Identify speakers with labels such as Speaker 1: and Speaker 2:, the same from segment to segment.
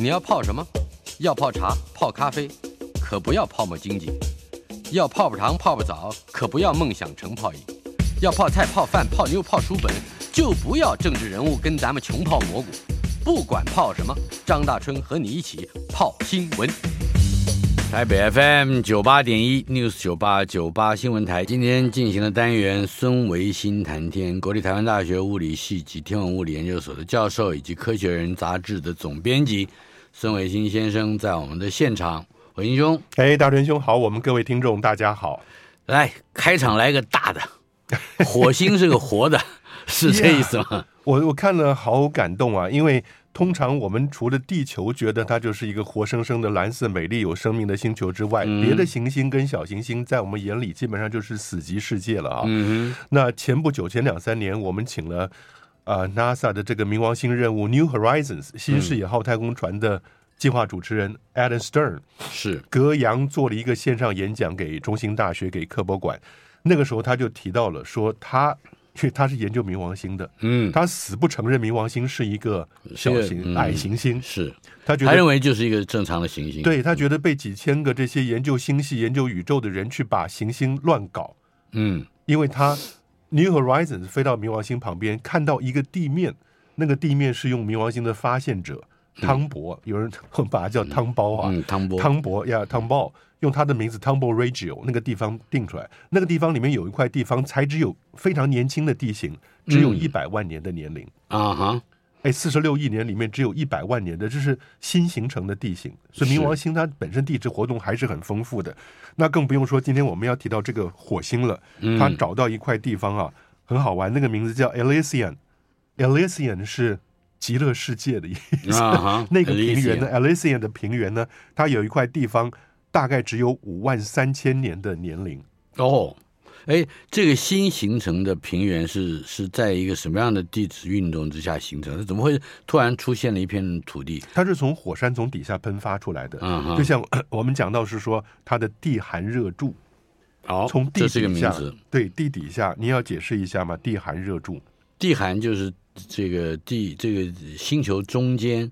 Speaker 1: 你要泡什么？要泡茶、泡咖啡，可不要泡沫经济；要泡泡糖、泡泡澡，可不要梦想成泡影；要泡菜、泡饭、泡妞、泡书本，就不要政治人物跟咱们穷泡蘑菇。不管泡什么，张大春和你一起泡新闻。
Speaker 2: 台北 FM 九八点一 News 九八九八新闻台今天进行的单元孙维新谈天，国立台湾大学物理系及天文物理研究所的教授以及《科学人》杂志的总编辑孙维新先生在我们的现场。维新兄，
Speaker 3: 哎，大春兄好，我们各位听众大家好。
Speaker 2: 来开场来个大 的，火星是个活的，是这意思吗
Speaker 3: 我我看了好感动啊，因为通常我们除了地球觉得它就是一个活生生的蓝色、美丽、有生命的星球之外，
Speaker 2: 嗯
Speaker 3: 别的行星跟小行星在我们眼里基本上就是死寂世界了啊。
Speaker 2: 嗯哼，
Speaker 3: 那前不久，前两三年，我们请了呃 NASA 的这个冥王星任务 New Horizons
Speaker 2: 嗯
Speaker 3: 新视野号太空船的计划主持人 Alan Stern，
Speaker 2: 是
Speaker 3: 格阳做了一个线上演讲给中兴大学、给科博馆。那个时候他就提到了说他， 因为他是研究冥王星的，
Speaker 2: 嗯
Speaker 3: 他死不承认冥王星是一个
Speaker 2: 是
Speaker 3: 小
Speaker 2: 个
Speaker 3: 行
Speaker 2: 嗯
Speaker 3: 矮行星，
Speaker 2: 是，
Speaker 3: 他觉
Speaker 2: 他认
Speaker 3: 得
Speaker 2: 为就是一个正常的行星。，
Speaker 3: 对他觉得被几千个这些研究星系、研究宇宙的人去把行星乱搞，
Speaker 2: 嗯
Speaker 3: 因为他 New Horizons 飞到冥王星旁边，看到一个地面，那个地面是用冥王星的发现者汤博，有人把他叫汤包啊，
Speaker 2: 嗯，汤波，
Speaker 3: 汤博呀，汤博用他的名字 Tombo Regio 那个地方定出来，那个地方里面有一块地方才只有非常年轻的地形，只有
Speaker 2: 嗯
Speaker 3: 一百万年的年龄。
Speaker 2: 啊哈，
Speaker 3: 哎，四十六亿年里面只有一百万年的，这是新形成的地形，所以
Speaker 2: 是
Speaker 3: 冥王星它本身地质活动还是很丰富的。那更不用说今天我们要提到这个火星了，它找到一块地方啊，很好玩，那个名字叫 Elysian。Elysian 是极乐世界的意思，
Speaker 2: 啊哈
Speaker 3: 那个平原呢
Speaker 2: Elysian
Speaker 3: ，Elysian 的平原呢，它有一块地方大概只有五万三千年的年龄。
Speaker 2: 哦，哎，这个新形成的平原是是在一个什么样的地质运动之下形成的？怎么会突然出现了一片土地？
Speaker 3: 它是从火山从底下喷发出来的，
Speaker 2: 嗯哼
Speaker 3: 就像 我们讲到是说它的地寒热柱，
Speaker 2: 哦
Speaker 3: 从地
Speaker 2: 这是一个
Speaker 3: 底
Speaker 2: 名
Speaker 3: 下
Speaker 2: 词，，
Speaker 3: 对地底下，你要解释一下吗？地寒热柱，
Speaker 2: 地寒就是这个地这个星球中间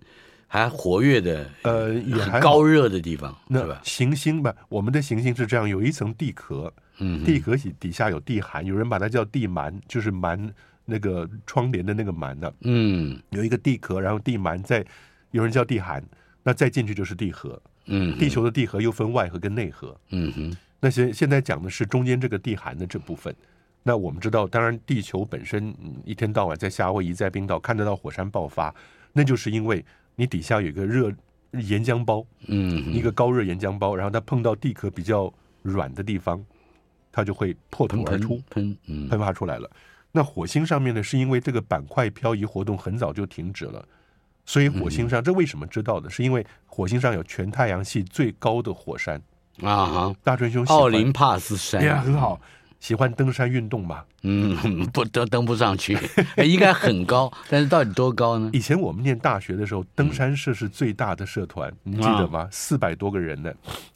Speaker 2: 还活跃的，
Speaker 3: 呃，也还
Speaker 2: 很
Speaker 3: 好
Speaker 2: 高。热的地方，是
Speaker 3: 那
Speaker 2: 吧？
Speaker 3: 行星吧，我们的行星是这样，有一层地壳，
Speaker 2: 嗯哼，
Speaker 3: 地壳底底下有地寒，有人把它叫地幔，就是幔那个窗帘的那个幔呢、
Speaker 2: 嗯
Speaker 3: 有一个地壳，然后地幔再，有人叫地寒，那再进去就是地核。
Speaker 2: 嗯
Speaker 3: 地球的地核又分外核跟内核，
Speaker 2: 嗯哼，
Speaker 3: 那些现在讲的是中间这个地寒的这部分。那我们知道，当然地球本身、嗯一天到晚在夏威夷、在冰岛看得到火山爆发，那就是因为你底下有一个热岩浆包，
Speaker 2: 嗯哼，
Speaker 3: 一个高热岩浆包，然后它碰到地壳比较软的地方，它就会破土
Speaker 2: 喷
Speaker 3: 而
Speaker 2: 喷
Speaker 3: 出，
Speaker 2: 喷，嗯
Speaker 3: 喷发出来了。那火星上面呢，是因为这个板块漂移活动很早就停止了，所以火星上这为什么知道的？是因为火星上有全太阳系最高的火山，
Speaker 2: 啊哈，
Speaker 3: 大春兄喜欢
Speaker 2: 奥林啊帕斯山
Speaker 3: 哎呀，很好，喜欢登山运动嘛。
Speaker 2: 嗯，不登登不上去， 哎应该很高，但是到底多高呢？
Speaker 3: 以前我们念大学的时候，
Speaker 2: 嗯
Speaker 3: 登山社是最大的社团，
Speaker 2: 啊
Speaker 3: 你记得吗？四百多个人呢，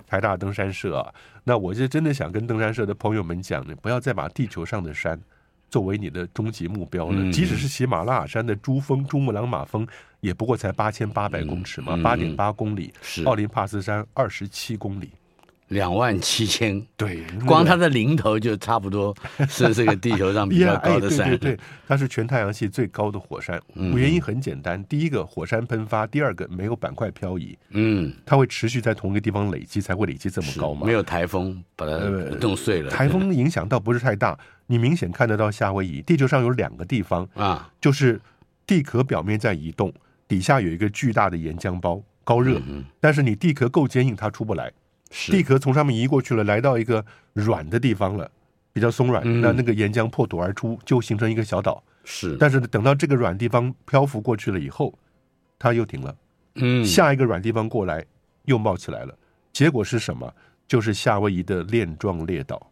Speaker 3: 台大登山社啊。那我就真的想跟登山社的朋友们讲，你不要再把地球上的山作为你的终极目标了。
Speaker 2: 嗯
Speaker 3: 即使是喜马拉雅山的珠峰珠穆朗玛峰，也不过才八千八百公尺嘛，
Speaker 2: 嗯
Speaker 3: 八点八公里。
Speaker 2: 是
Speaker 3: 奥林帕斯山二十七公里。
Speaker 2: 两万七 千，
Speaker 3: 对，
Speaker 2: 光它的零头就差不多 是这个地球上比 较
Speaker 3: 哎
Speaker 2: 高的山。
Speaker 3: 对对对，它是全太阳系最高的火山。
Speaker 2: 嗯
Speaker 3: 原因很简单，第一个火山喷发，第二个没有板块漂移，
Speaker 2: 嗯，
Speaker 3: 它会持续在同一个地方累积，才会累积这么
Speaker 2: 是
Speaker 3: 高嘛。
Speaker 2: 没有台风把它
Speaker 3: 呃
Speaker 2: 弄碎了。
Speaker 3: 台风的影响倒不是太大，你明显看得到夏威夷地球上有两个地方，
Speaker 2: 啊，
Speaker 3: 就是地壳表面在移动，底下有一个巨大的岩浆包，高热，
Speaker 2: 嗯，
Speaker 3: 但是你地壳够坚硬，它出不来。地
Speaker 2: 是
Speaker 3: 壳从上面移过去了，来到一个软的地方了，比较松软，
Speaker 2: 嗯
Speaker 3: 那那个岩浆破土而出，就形成一个小岛。
Speaker 2: 是，
Speaker 3: 但是等到这个软地方漂浮过去了以后，它又停了，
Speaker 2: 嗯，
Speaker 3: 下一个软地方过来又冒起来了。结果是什么？就是夏威夷的链状列岛，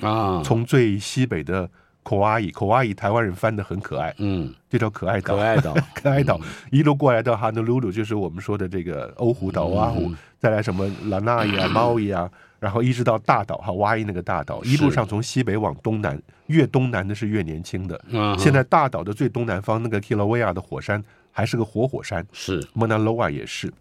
Speaker 2: 啊，
Speaker 3: 从最西北的口阿伊，口阿伊台湾人翻的很可爱，
Speaker 2: 嗯，
Speaker 3: 这叫可爱岛。
Speaker 2: 可爱 嗯岛，
Speaker 3: 可爱岛一路过来到哈努鲁鲁，就是我们说的这个欧胡岛、
Speaker 2: 嗯
Speaker 3: 啊，胡，再来什么拉 纳呀、猫呀，啊然后一直到大岛哈哇伊那个大岛，一路
Speaker 2: 是
Speaker 3: 上从西北往东南，越东南的是越年轻的。
Speaker 2: 嗯，
Speaker 3: 现在大岛的最东南方那个 Kilauea 的火山还是个活火山
Speaker 2: 是，
Speaker 3: m a n a l o a 也是。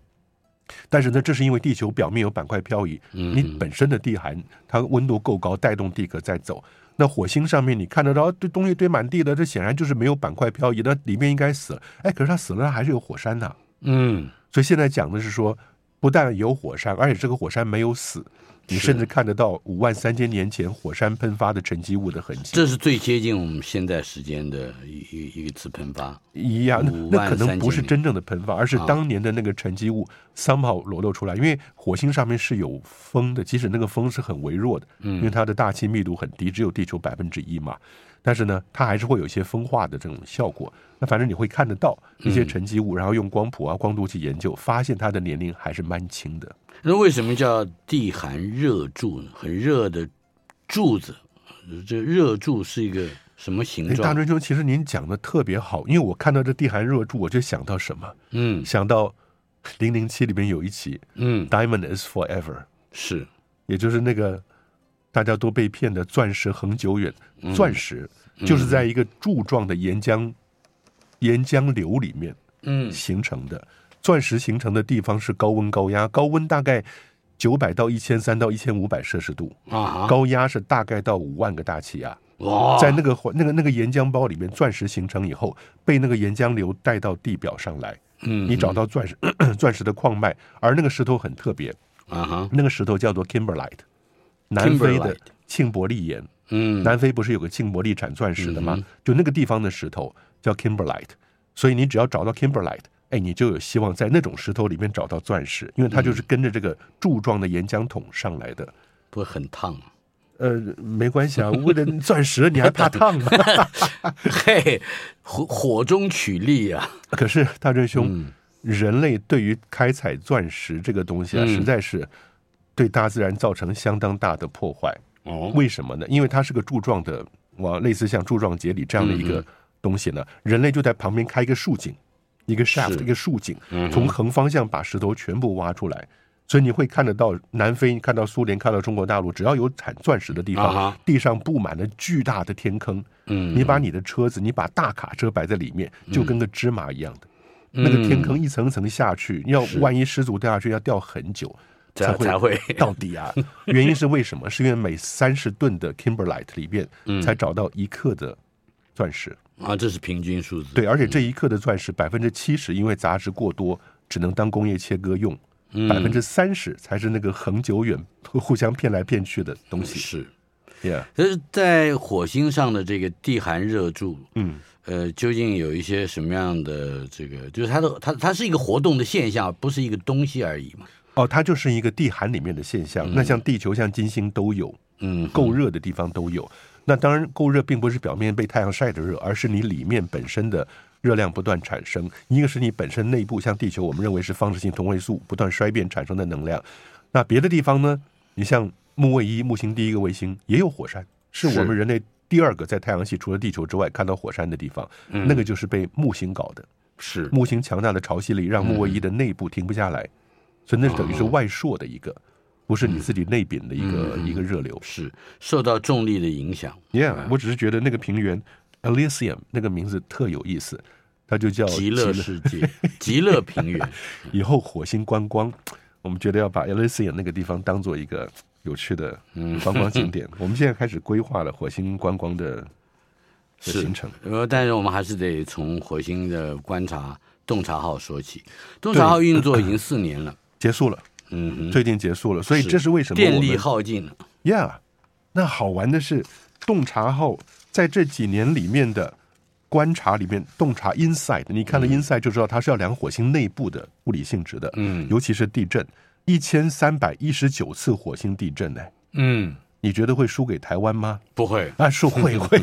Speaker 3: 但是呢，这是因为地球表面有板块漂移，
Speaker 2: 嗯，
Speaker 3: 你本身的地寒，它温度够高，带动地壳在走。那火星上面你看得到，啊这东西堆满地的，这显然就是没有板块漂移，那里面应该死了。哎，可是它死了，它还是有火山呐、
Speaker 2: 嗯，
Speaker 3: 所以现在讲的是说，不但有火山，而且这个火山没有死，你
Speaker 2: 是
Speaker 3: 甚至看得到五万三千年前火山喷发的沉积物的痕迹。
Speaker 2: 这是最接近我们现在时间的一一一次喷发，
Speaker 3: 一样，
Speaker 2: 5
Speaker 3: 那那可
Speaker 2: 万
Speaker 3: 能
Speaker 2: 三
Speaker 3: 不
Speaker 2: 千
Speaker 3: 是
Speaker 2: 年
Speaker 3: 真正的喷发，而是
Speaker 2: 啊
Speaker 3: 当年的那个沉积物 somehow 裸露出来。因为火星上面是有风的，即使那个风是很微弱的，因
Speaker 2: 嗯
Speaker 3: 为它的大气密度很低，只有地球百分之一嘛。但是呢，它还是会有一些风化的这种效果。那反正你会看得到一
Speaker 2: 嗯
Speaker 3: 些沉积物，然后用光谱啊、光度去研究，发现它的年龄还是蛮轻的。
Speaker 2: 那为什么叫地寒热柱呢？很热的柱子，这热柱是一个什么形
Speaker 3: 哎，大
Speaker 2: 状？
Speaker 3: 春兄，其实您讲的特别好，因为我看到这地寒热柱，我就想到什么？
Speaker 2: 嗯
Speaker 3: 想到《零零七》里面有一集《
Speaker 2: 嗯，
Speaker 3: Diamond Is Forever》。
Speaker 2: 是
Speaker 3: 也就是那个大家都被骗的钻石恒久远，
Speaker 2: 嗯
Speaker 3: 钻石就是在一个柱状的岩浆岩浆流里面
Speaker 2: 嗯
Speaker 3: 形成的。钻石形成的地方是高温高压，高温大概九百到一千三到一千五百摄氏度，
Speaker 2: 啊哈
Speaker 3: 高压是大概到五万个大气压。
Speaker 2: 哇，
Speaker 3: 在那个环那个那个岩浆包里面，钻石形成以后，被那个岩浆流带到地表上来，
Speaker 2: 嗯
Speaker 3: 你找到钻石 钻石的矿脉，而那个石头很特别，
Speaker 2: 啊哈
Speaker 3: 那个石头叫做 Kimberlite，南非的
Speaker 2: Kimberlite
Speaker 3: 庆伯利岩。
Speaker 2: 嗯
Speaker 3: 南非不是有个庆伯利产钻石的吗？
Speaker 2: 嗯哼
Speaker 3: 就那个地方的石头叫 Kimberlite，所以你只要找到 Kimberlite，哎，你就有希望在那种石头里面找到钻石，因为它就是跟着这个柱状的岩浆桶上来的。
Speaker 2: 不会很烫吗？
Speaker 3: 呃，没关系啊，为了钻石你还怕 烫吗？
Speaker 2: 嘿，火火中取栗啊！
Speaker 3: 可是大真兄，
Speaker 2: 嗯
Speaker 3: 人类对于开采钻石这个东西啊，
Speaker 2: 嗯
Speaker 3: 实在是对大自然造成相当大的破坏。
Speaker 1: 嗯
Speaker 2: 哦
Speaker 3: 为什么呢？因为它是个柱状的，哇，类似像柱状节理这样的一
Speaker 2: 嗯
Speaker 3: 个东西呢，人类就在旁边开一个竖井，一个 shaft，
Speaker 2: 是
Speaker 3: 一个竖井
Speaker 2: 嗯，哼
Speaker 3: 从横方向把石头全部挖出来。所以你会看得到南非、看到苏联、看到中国大陆，只要有产钻石的地方，
Speaker 2: 啊哈
Speaker 3: 地上布满了巨大的天坑。
Speaker 2: 嗯
Speaker 3: 你把你的车子，你把大卡车摆在里面，就跟个芝麻一样的。
Speaker 2: 嗯
Speaker 3: 那个天坑一层层下去，要万一失足掉下去，要掉很久
Speaker 2: 才
Speaker 3: 会
Speaker 2: 才 会
Speaker 3: 到底啊。原因是为什么？是因为每三十吨的 Kimberlite 里面
Speaker 2: 嗯
Speaker 3: 才找到一克的钻石，
Speaker 2: 啊，这是平均数字。
Speaker 3: 对，而且这一克的钻石百分之七十因为杂质过多，只能当工业切割用，
Speaker 2: 嗯，
Speaker 3: 百分之三十才是那个恒久远互相骗来骗去的东西。
Speaker 2: 是。
Speaker 3: Yeah，
Speaker 2: 但是在火星上的这个地寒热柱，
Speaker 3: 嗯，
Speaker 2: 呃，究竟有一些什么样的这个？就是它的它它是一个活动的现象，不是一个东西而已嘛。
Speaker 3: 哦，它就是一个地寒里面的现象。那像地球、像金星都有，
Speaker 2: 嗯，
Speaker 3: 够热的地方都有。那当然，够热并不是表面被太阳晒的热，而是你里面本身的热量不断产生。一个是你本身内部，像地球，我们认为是放射性同位素不断衰变产生的能量。那别的地方呢？你像木卫一，木星第一个卫星也有火山，是
Speaker 2: 是
Speaker 3: 我们人类第二个在太阳系除了地球之外看到火山的地方。那个就是被木星搞的。
Speaker 2: 是
Speaker 3: 木星强大的潮汐力让木卫一的内部停不下来，所以那等于是外烁的一个，不是你自己内禀的一个一个热流。
Speaker 2: 是受到重力的影响，
Speaker 3: Yeah，我只是觉得那个平原 Elysium 那个名字特有意思，它就叫
Speaker 2: 哦极乐世 界、极乐平 原。
Speaker 3: 以后火星观光，我们觉得要把 Elysium 那个地方当做一个有趣的 嗯
Speaker 2: 嗯
Speaker 3: 观光景点。我们现在开始规划了火星观光的的
Speaker 2: 是
Speaker 3: 行程。
Speaker 2: 呃，但是我们还是得从火星的观察洞察号说起。洞察号运作已经四年了，
Speaker 3: 结束了，
Speaker 2: 嗯哼，
Speaker 3: 最近结束了，所以
Speaker 2: 是
Speaker 3: 这是为什么我
Speaker 2: 电
Speaker 3: 们
Speaker 2: 力耗尽了，
Speaker 3: Yeah，那好玩的是，洞察号在这几年里面的观察里面，洞察 inside，你看了
Speaker 2: 嗯
Speaker 3: inside 就知道它是要量火星内部的物理性质的，
Speaker 2: 嗯
Speaker 3: 尤其是地震，一千三百一十九次火星地震呢、
Speaker 2: 嗯，
Speaker 3: 你觉得会输给台湾吗？
Speaker 2: 不会，
Speaker 3: 啊，是会会，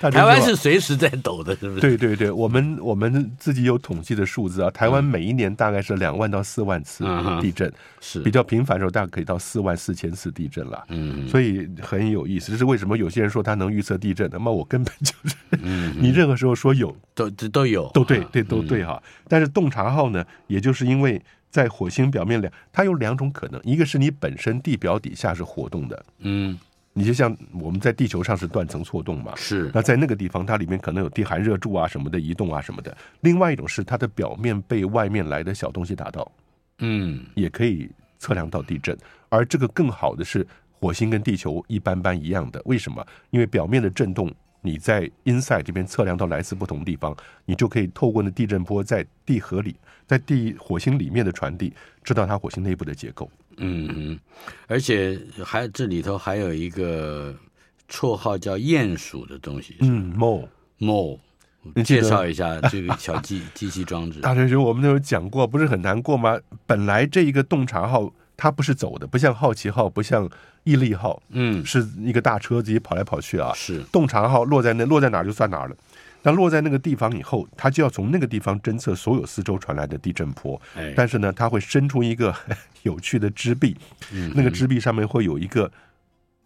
Speaker 3: 大家
Speaker 2: 台湾
Speaker 3: 就
Speaker 2: 是
Speaker 3: 说
Speaker 2: 嗯随时在抖的，是不是？
Speaker 3: 对对对，我们我们自己有统计的数字啊，台湾每一年大概是两万到四万次
Speaker 2: 嗯哼
Speaker 3: 地震，
Speaker 2: 是
Speaker 3: 比较频繁的时候大概可以到四万四千次地震了。
Speaker 2: 嗯，
Speaker 3: 所以很有意思，这是为什么有些人说他能预测地震，那么我根本就是，
Speaker 2: 嗯
Speaker 3: 你任何时候说有
Speaker 2: 都都都有，
Speaker 3: 都对
Speaker 2: 啊，
Speaker 3: 对都对哈。但是洞察号呢，也就是因为在火星表面两，它有两种可能，一个是你本身地表底下是活动的，
Speaker 2: 嗯，
Speaker 3: 你就像我们在地球上是断层错动嘛，
Speaker 2: 是
Speaker 3: 那在那个地方，它里面可能有地寒热柱啊什么的移动啊什么的。另外一种是它的表面被外面来的小东西打到，
Speaker 2: 嗯
Speaker 3: 也可以测量到地震。而这个更好的是，火星跟地球一般般一样的。为什么？因为表面的震动，你在 inside 这边测量到来自不同地方，你就可以透过那地震波在地核里，在地火星里面的传递，知道它火星内部的结构。
Speaker 2: 嗯嗯，而且还这里头还有一个绰号叫鼹鼠的东西，
Speaker 3: 嗯，Mo，
Speaker 2: 某
Speaker 3: 你记
Speaker 2: 介
Speaker 3: 得
Speaker 2: 绍一下这个小机机器装 置。
Speaker 3: 大学学我们都有讲过，不是很难过吗？本来这一个洞察号它不是走的，不像好奇号，不像毅力号，
Speaker 2: 嗯，
Speaker 3: 是一个大车自己跑来跑去啊。
Speaker 2: 是
Speaker 3: 洞察号落在那，落在哪儿就算哪儿了。那落在那个地方以后，它就要从那个地方侦测所有四周传来的地震波。
Speaker 2: 哎，
Speaker 3: 但是呢，它会伸出一个有趣的支臂，那个支臂上面会有一个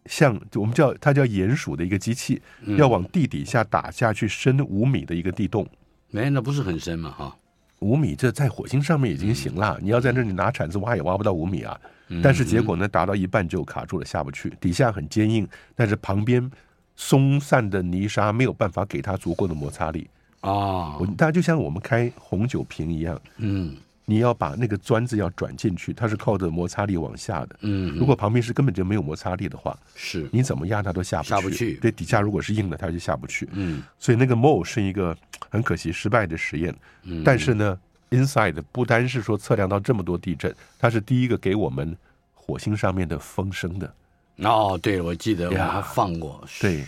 Speaker 3: 像我们叫它叫鼹鼠的一个机器，要往地底下打下去深五米的一个地洞。
Speaker 2: 哎，那不是很深嘛哈。
Speaker 3: 五米，这在火星上面已经行了。你要在那里拿铲子挖也挖不到五米啊。但是结果呢，达到一半就卡住了，下不去。底下很坚硬，但是旁边松散的泥沙没有办法给它足够的摩擦力。
Speaker 2: 啊
Speaker 3: 我，大家就像我们开红酒瓶一样，
Speaker 2: 嗯
Speaker 3: 你要把那个砖子要转进去，它是靠着摩擦力往下的。
Speaker 2: 嗯，
Speaker 3: 如果旁边是根本就没有摩擦力的话，
Speaker 2: 是
Speaker 3: 你怎么压它都下不去。
Speaker 2: 下不去
Speaker 3: 对，底下如果是硬的，它就下不去。
Speaker 2: 嗯
Speaker 3: 所以那个 MO 是一个很可惜失败的实验。
Speaker 2: 嗯
Speaker 3: 但是呢，Inside 不单是说测量到这么多地震，它是第一个给我们火星上面的风声的。
Speaker 2: 哦，对，我记得我
Speaker 3: 呀
Speaker 2: 还放过，
Speaker 3: 对，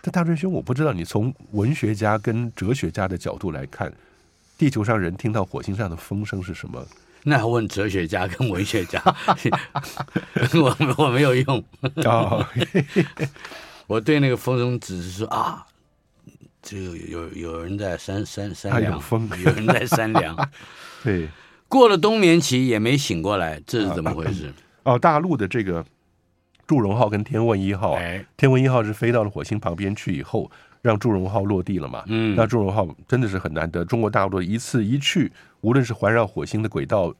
Speaker 3: 但大追兄，我不知道你从文学家跟哲学家的角度来看，地球上人听到火星上的风声是什 么？
Speaker 2: 那要问哲学家跟文学家， 我我没有用，
Speaker 3: 哦，
Speaker 2: 我对那个风声只是说啊，这个有有有人在山山
Speaker 3: 啊
Speaker 2: 山
Speaker 3: 有
Speaker 2: 梁，
Speaker 3: 风
Speaker 2: 有人在山 梁，
Speaker 3: 对，
Speaker 2: 过了冬眠期也没醒过来，这是怎么回 事？
Speaker 3: 哦，大陆的这个祝融号跟天问一号啊，
Speaker 2: 哎，
Speaker 3: 天文一号是飞到了火星旁边去以后，让祝融号落地了嘛？
Speaker 2: 嗯
Speaker 3: 那祝融号真的是很难得，中国大陆一次一去，无论是环绕火星的轨道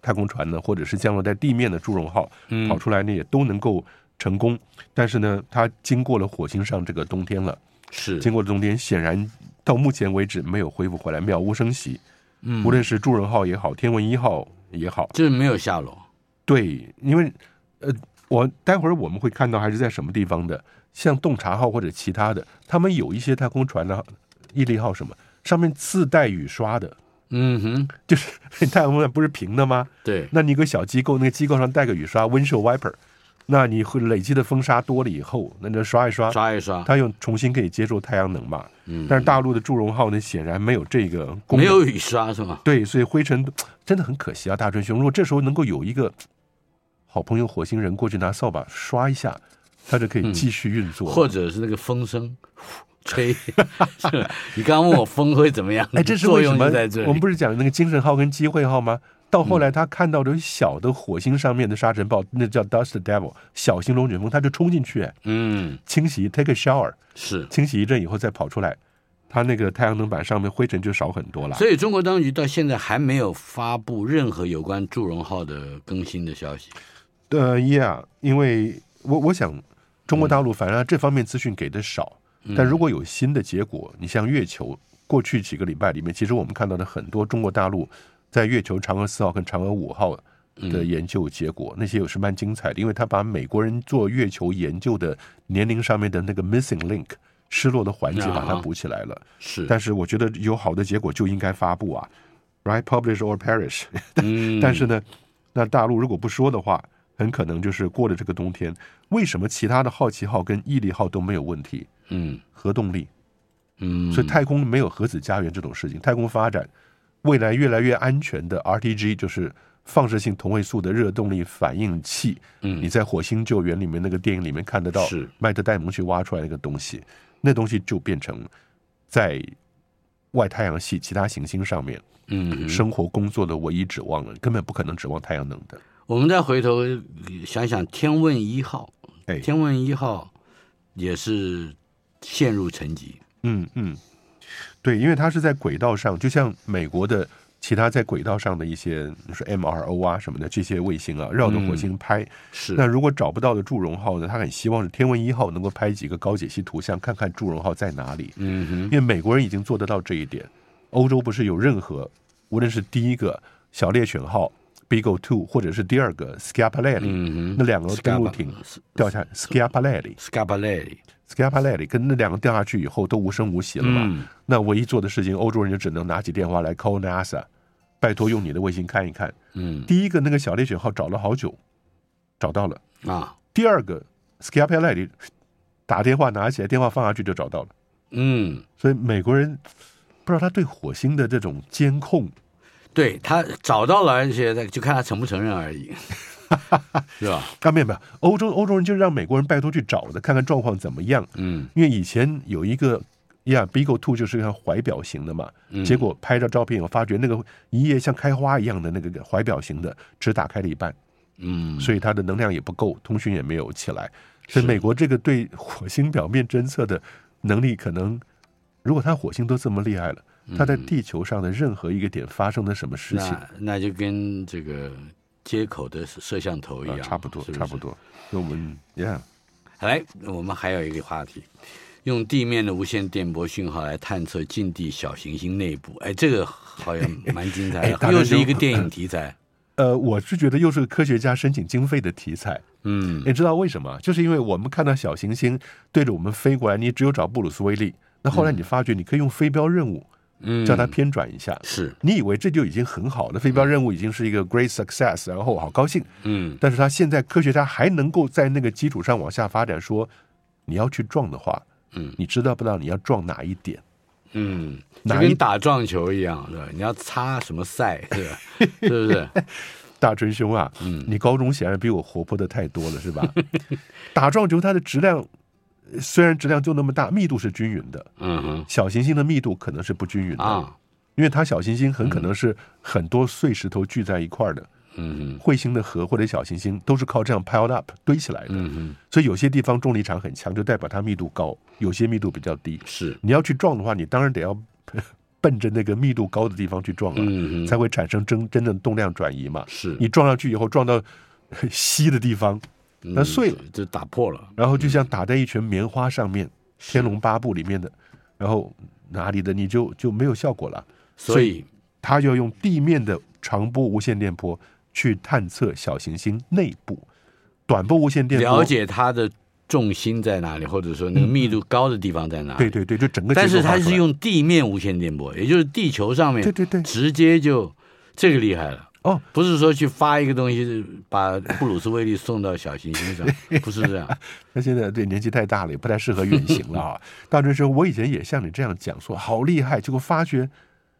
Speaker 3: 太空船呢，或者是降落在地面的祝融号
Speaker 2: 嗯
Speaker 3: 跑出来呢，也都能够成功。但是呢，它经过了火星上这个冬天了，
Speaker 2: 是
Speaker 3: 经过了冬天，显然到目前为止没有恢复回来，渺无声息。
Speaker 2: 嗯
Speaker 3: 无论是祝融号也好，天文一号也好，
Speaker 2: 就是没有下落。
Speaker 3: 对，因为呃，我待会儿我们会看到还是在什么地方的，像洞察号或者其他的，他们有一些太空船呢、毅力号什么，上面自带雨刷的，
Speaker 2: 嗯哼，
Speaker 3: 就是 太空船不是平的吗？
Speaker 2: 对，
Speaker 3: 那你有个小机构，那个机构上带个雨刷 （windshield wiper），那你会累积的风沙多了以后，那你就刷一刷，
Speaker 2: 刷一刷，
Speaker 3: 它又重新可以接受太阳能嘛。
Speaker 2: 嗯
Speaker 3: 但是大陆的祝融号呢，显然没有这个功能，
Speaker 2: 没有雨刷是吗？
Speaker 3: 对，所以灰尘真的很可惜啊，大春兄。如果这时候能够有一个好朋友火星人过去拿扫把刷一下，它就可以继续运作。
Speaker 2: 嗯或者是那个风声 呼吹？是你刚刚问我风会怎么样？
Speaker 3: 哎，这是
Speaker 2: 作
Speaker 3: 为什
Speaker 2: 用
Speaker 3: 么
Speaker 2: 就在这？里。嗯
Speaker 3: 我们不是讲那个精神号跟机会号吗？到后来，他看到的小的火星上面的沙尘暴，那叫 dust devil 小型龙卷风，他就冲进去
Speaker 2: 嗯，
Speaker 3: 清洗，take a shower，
Speaker 2: 是。
Speaker 3: 清洗一阵以后再跑出来，他那个太阳能板上面灰尘就少很多了。
Speaker 2: 所以中国当局到现在还没有发布任何有关祝融号的更新的消息。
Speaker 3: 呃，Yeah，因为我我想中
Speaker 2: 嗯
Speaker 3: 国大陆反而这方面资讯给的少，但如果有新的结果，你像月球，过去几个礼拜里面，其实我们看到的很多中国大陆在月球嫦娥四号跟嫦娥五号
Speaker 2: 嗯
Speaker 3: 的研究结果，那些也是蛮精彩的，因为他把美国人做月球研究的年龄上面的那个 missing link 失落的环节
Speaker 2: 啊
Speaker 3: 把它补起来了。
Speaker 2: 是，
Speaker 3: 但是我觉得有好的结果就应该发布啊，right publish or perish。
Speaker 2: 嗯
Speaker 3: 但是呢，那大陆如果不说的话，很可能就是过了这个冬天。为什么其他的好奇号跟毅力号都没有问题？
Speaker 2: 嗯
Speaker 3: 核动力，
Speaker 2: 嗯，
Speaker 3: 所以太空没有核子家园这种事情。太空发展未来越来越安全的 RTG 就是放射性同位素的热动力反应器，你
Speaker 2: 嗯，
Speaker 3: 在《火星救援》里面那个电影里面看得到，
Speaker 2: 是
Speaker 3: 麦特戴蒙去挖出来那个东西，那东西就变成在外太阳系其他行星上面
Speaker 2: 嗯，
Speaker 3: 生活工作的唯一指望了，根本不可能指望太阳能的。
Speaker 2: 我们再回头呃想想天问一号，
Speaker 3: 哎
Speaker 2: 天问一号也是陷入沉寂，
Speaker 3: 嗯嗯，对，因为它是在轨道上，就像美国的其他在轨道上的一些，你说 MRO 啊什么的这些卫星啊，绕着火星拍。
Speaker 2: 嗯是
Speaker 3: 那如果找不到的祝融号呢，他很希望是天问一号能够拍几个高解析图像，看看祝融号在哪里。
Speaker 2: 嗯哼
Speaker 3: 因，为美国人已经做得到这一点，欧洲不是有任何，无论是第一个小猎犬号 Beagle Two，或者是第二个 Schiaparelli，、
Speaker 2: 嗯哼，
Speaker 3: 那两个登陆艇
Speaker 2: 呃
Speaker 3: 掉下 Schiaparelli。
Speaker 2: s c a p a l e r i
Speaker 3: Schiaparelli 跟那两个掉下去以后都无声无息了嘛？
Speaker 2: 嗯
Speaker 3: 那唯一做的事情，欧洲人就只能拿起电话来 call NASA，拜托用你的卫星看一看。
Speaker 2: 嗯
Speaker 3: 第一个那个小猎犬号找了好久，找到了；
Speaker 2: 啊，
Speaker 3: 第二个 Schiaparelli 打电话拿起来，电话放下去就找到了。
Speaker 2: 嗯，
Speaker 3: 所以美国人不知道他对火星的这种监控，
Speaker 2: 对他找到了，而且就看他承不承认而 已，是吧？
Speaker 3: 啊，没有没有，欧洲欧洲人就让美国人拜托去找的，看看状况怎么样。
Speaker 2: 嗯
Speaker 3: 因为以前有一个呀，Beagle Two 就是像怀表型的嘛，
Speaker 2: 嗯，
Speaker 3: 结果拍照照片，我发觉那个一页像开花一样的那个怀表型的，只打开了一半，
Speaker 2: 嗯，
Speaker 3: 所以它的能量也不够，通讯也没有起来。所以
Speaker 2: 是
Speaker 3: 美国这个对火星表面侦测的能力，可能如果它火星都这么厉害了，它在地球上的任何一个点发生了什么事情，
Speaker 2: 那那就跟这个接口的摄像头一样，
Speaker 3: 啊差不多，
Speaker 2: 是是
Speaker 3: 差不。多。所以我们，Yeah，
Speaker 2: 来，我们还有一个话题，用地面的无线电波讯号来探测近地小行星内部。哎，这个好像蛮精彩
Speaker 3: 哎
Speaker 2: 的，
Speaker 3: 当然
Speaker 2: 又是
Speaker 3: 就
Speaker 2: 一个电影题材。
Speaker 3: 呃，我是觉得又是个科学家申请经费的题材。
Speaker 2: 嗯
Speaker 3: 你知道为什么？就是因为我们看到小行星对着我们飞过来，你只有找布鲁斯威利。那后来你发觉，你可以用飞镖任务
Speaker 2: 嗯，
Speaker 3: 哎叫它偏转一下。
Speaker 2: 是
Speaker 3: 你以为这就已经很好了，飞镖任务已经是一个 great success，然后好高兴。
Speaker 2: 嗯
Speaker 3: 但是它现在科学家还能够在那个基础上往下发展，说你要去撞的话，
Speaker 2: 嗯
Speaker 3: 你知道不知道你要撞哪一点？
Speaker 2: 嗯，就
Speaker 3: 哪
Speaker 2: 跟
Speaker 3: 一
Speaker 2: 打撞球一样，对吧？你要擦什么赛，对吧？是不 是？
Speaker 3: 大春兄啊，
Speaker 2: 嗯
Speaker 3: 你高中显然比我活泼的太多了，是 吧？打撞球它的质量呃虽然质量就那么大，密度是均匀的，
Speaker 2: 嗯 哼
Speaker 3: 小行星的密度可能是不均匀的，
Speaker 2: 啊，嗯
Speaker 3: 因为它小行星很可能是很多碎石头聚在一块儿的，
Speaker 2: 嗯哼
Speaker 3: 彗星的核或者小行星都是靠这样 piled up 堆起来的，
Speaker 2: 嗯哼，
Speaker 3: 所以有些地方重力场很强，就代表它密度高；有些密度比较低。
Speaker 2: 是
Speaker 3: 你要去撞的话，你当然得要 奔着那个密度高的地方去撞了，
Speaker 2: 嗯
Speaker 3: 才
Speaker 2: 哼
Speaker 3: 会产生真真正动量转移嘛。
Speaker 2: 是，
Speaker 3: 你撞上去以后，撞到 稀的地方，
Speaker 2: 嗯
Speaker 3: 那碎了
Speaker 2: 就打破了。
Speaker 3: 然后就像打在一群棉花上面，天龙八部》里面的，然后哪里的你就就没有效果了。
Speaker 2: 所以
Speaker 3: 它要用地面的长波无线电波去探测小行星内部，短波无线电波
Speaker 2: 了。解它的重心在哪里，或者说那个密度高的地方在哪里。
Speaker 3: 嗯对对对，就整个结构
Speaker 2: 但是它
Speaker 3: 画出
Speaker 2: 是
Speaker 3: 来
Speaker 2: 用地面无线电波，也就是地球上面，
Speaker 3: 对对对
Speaker 2: 直接就这个厉害了。
Speaker 3: 哦，
Speaker 2: 不是说去发一个东西，把布鲁斯威利送到小行 星上，不是这样。
Speaker 3: 他现在对年纪太大了，也不太适合远行 了啊。大春说，我以前也像你这样讲说好厉害，结果发觉，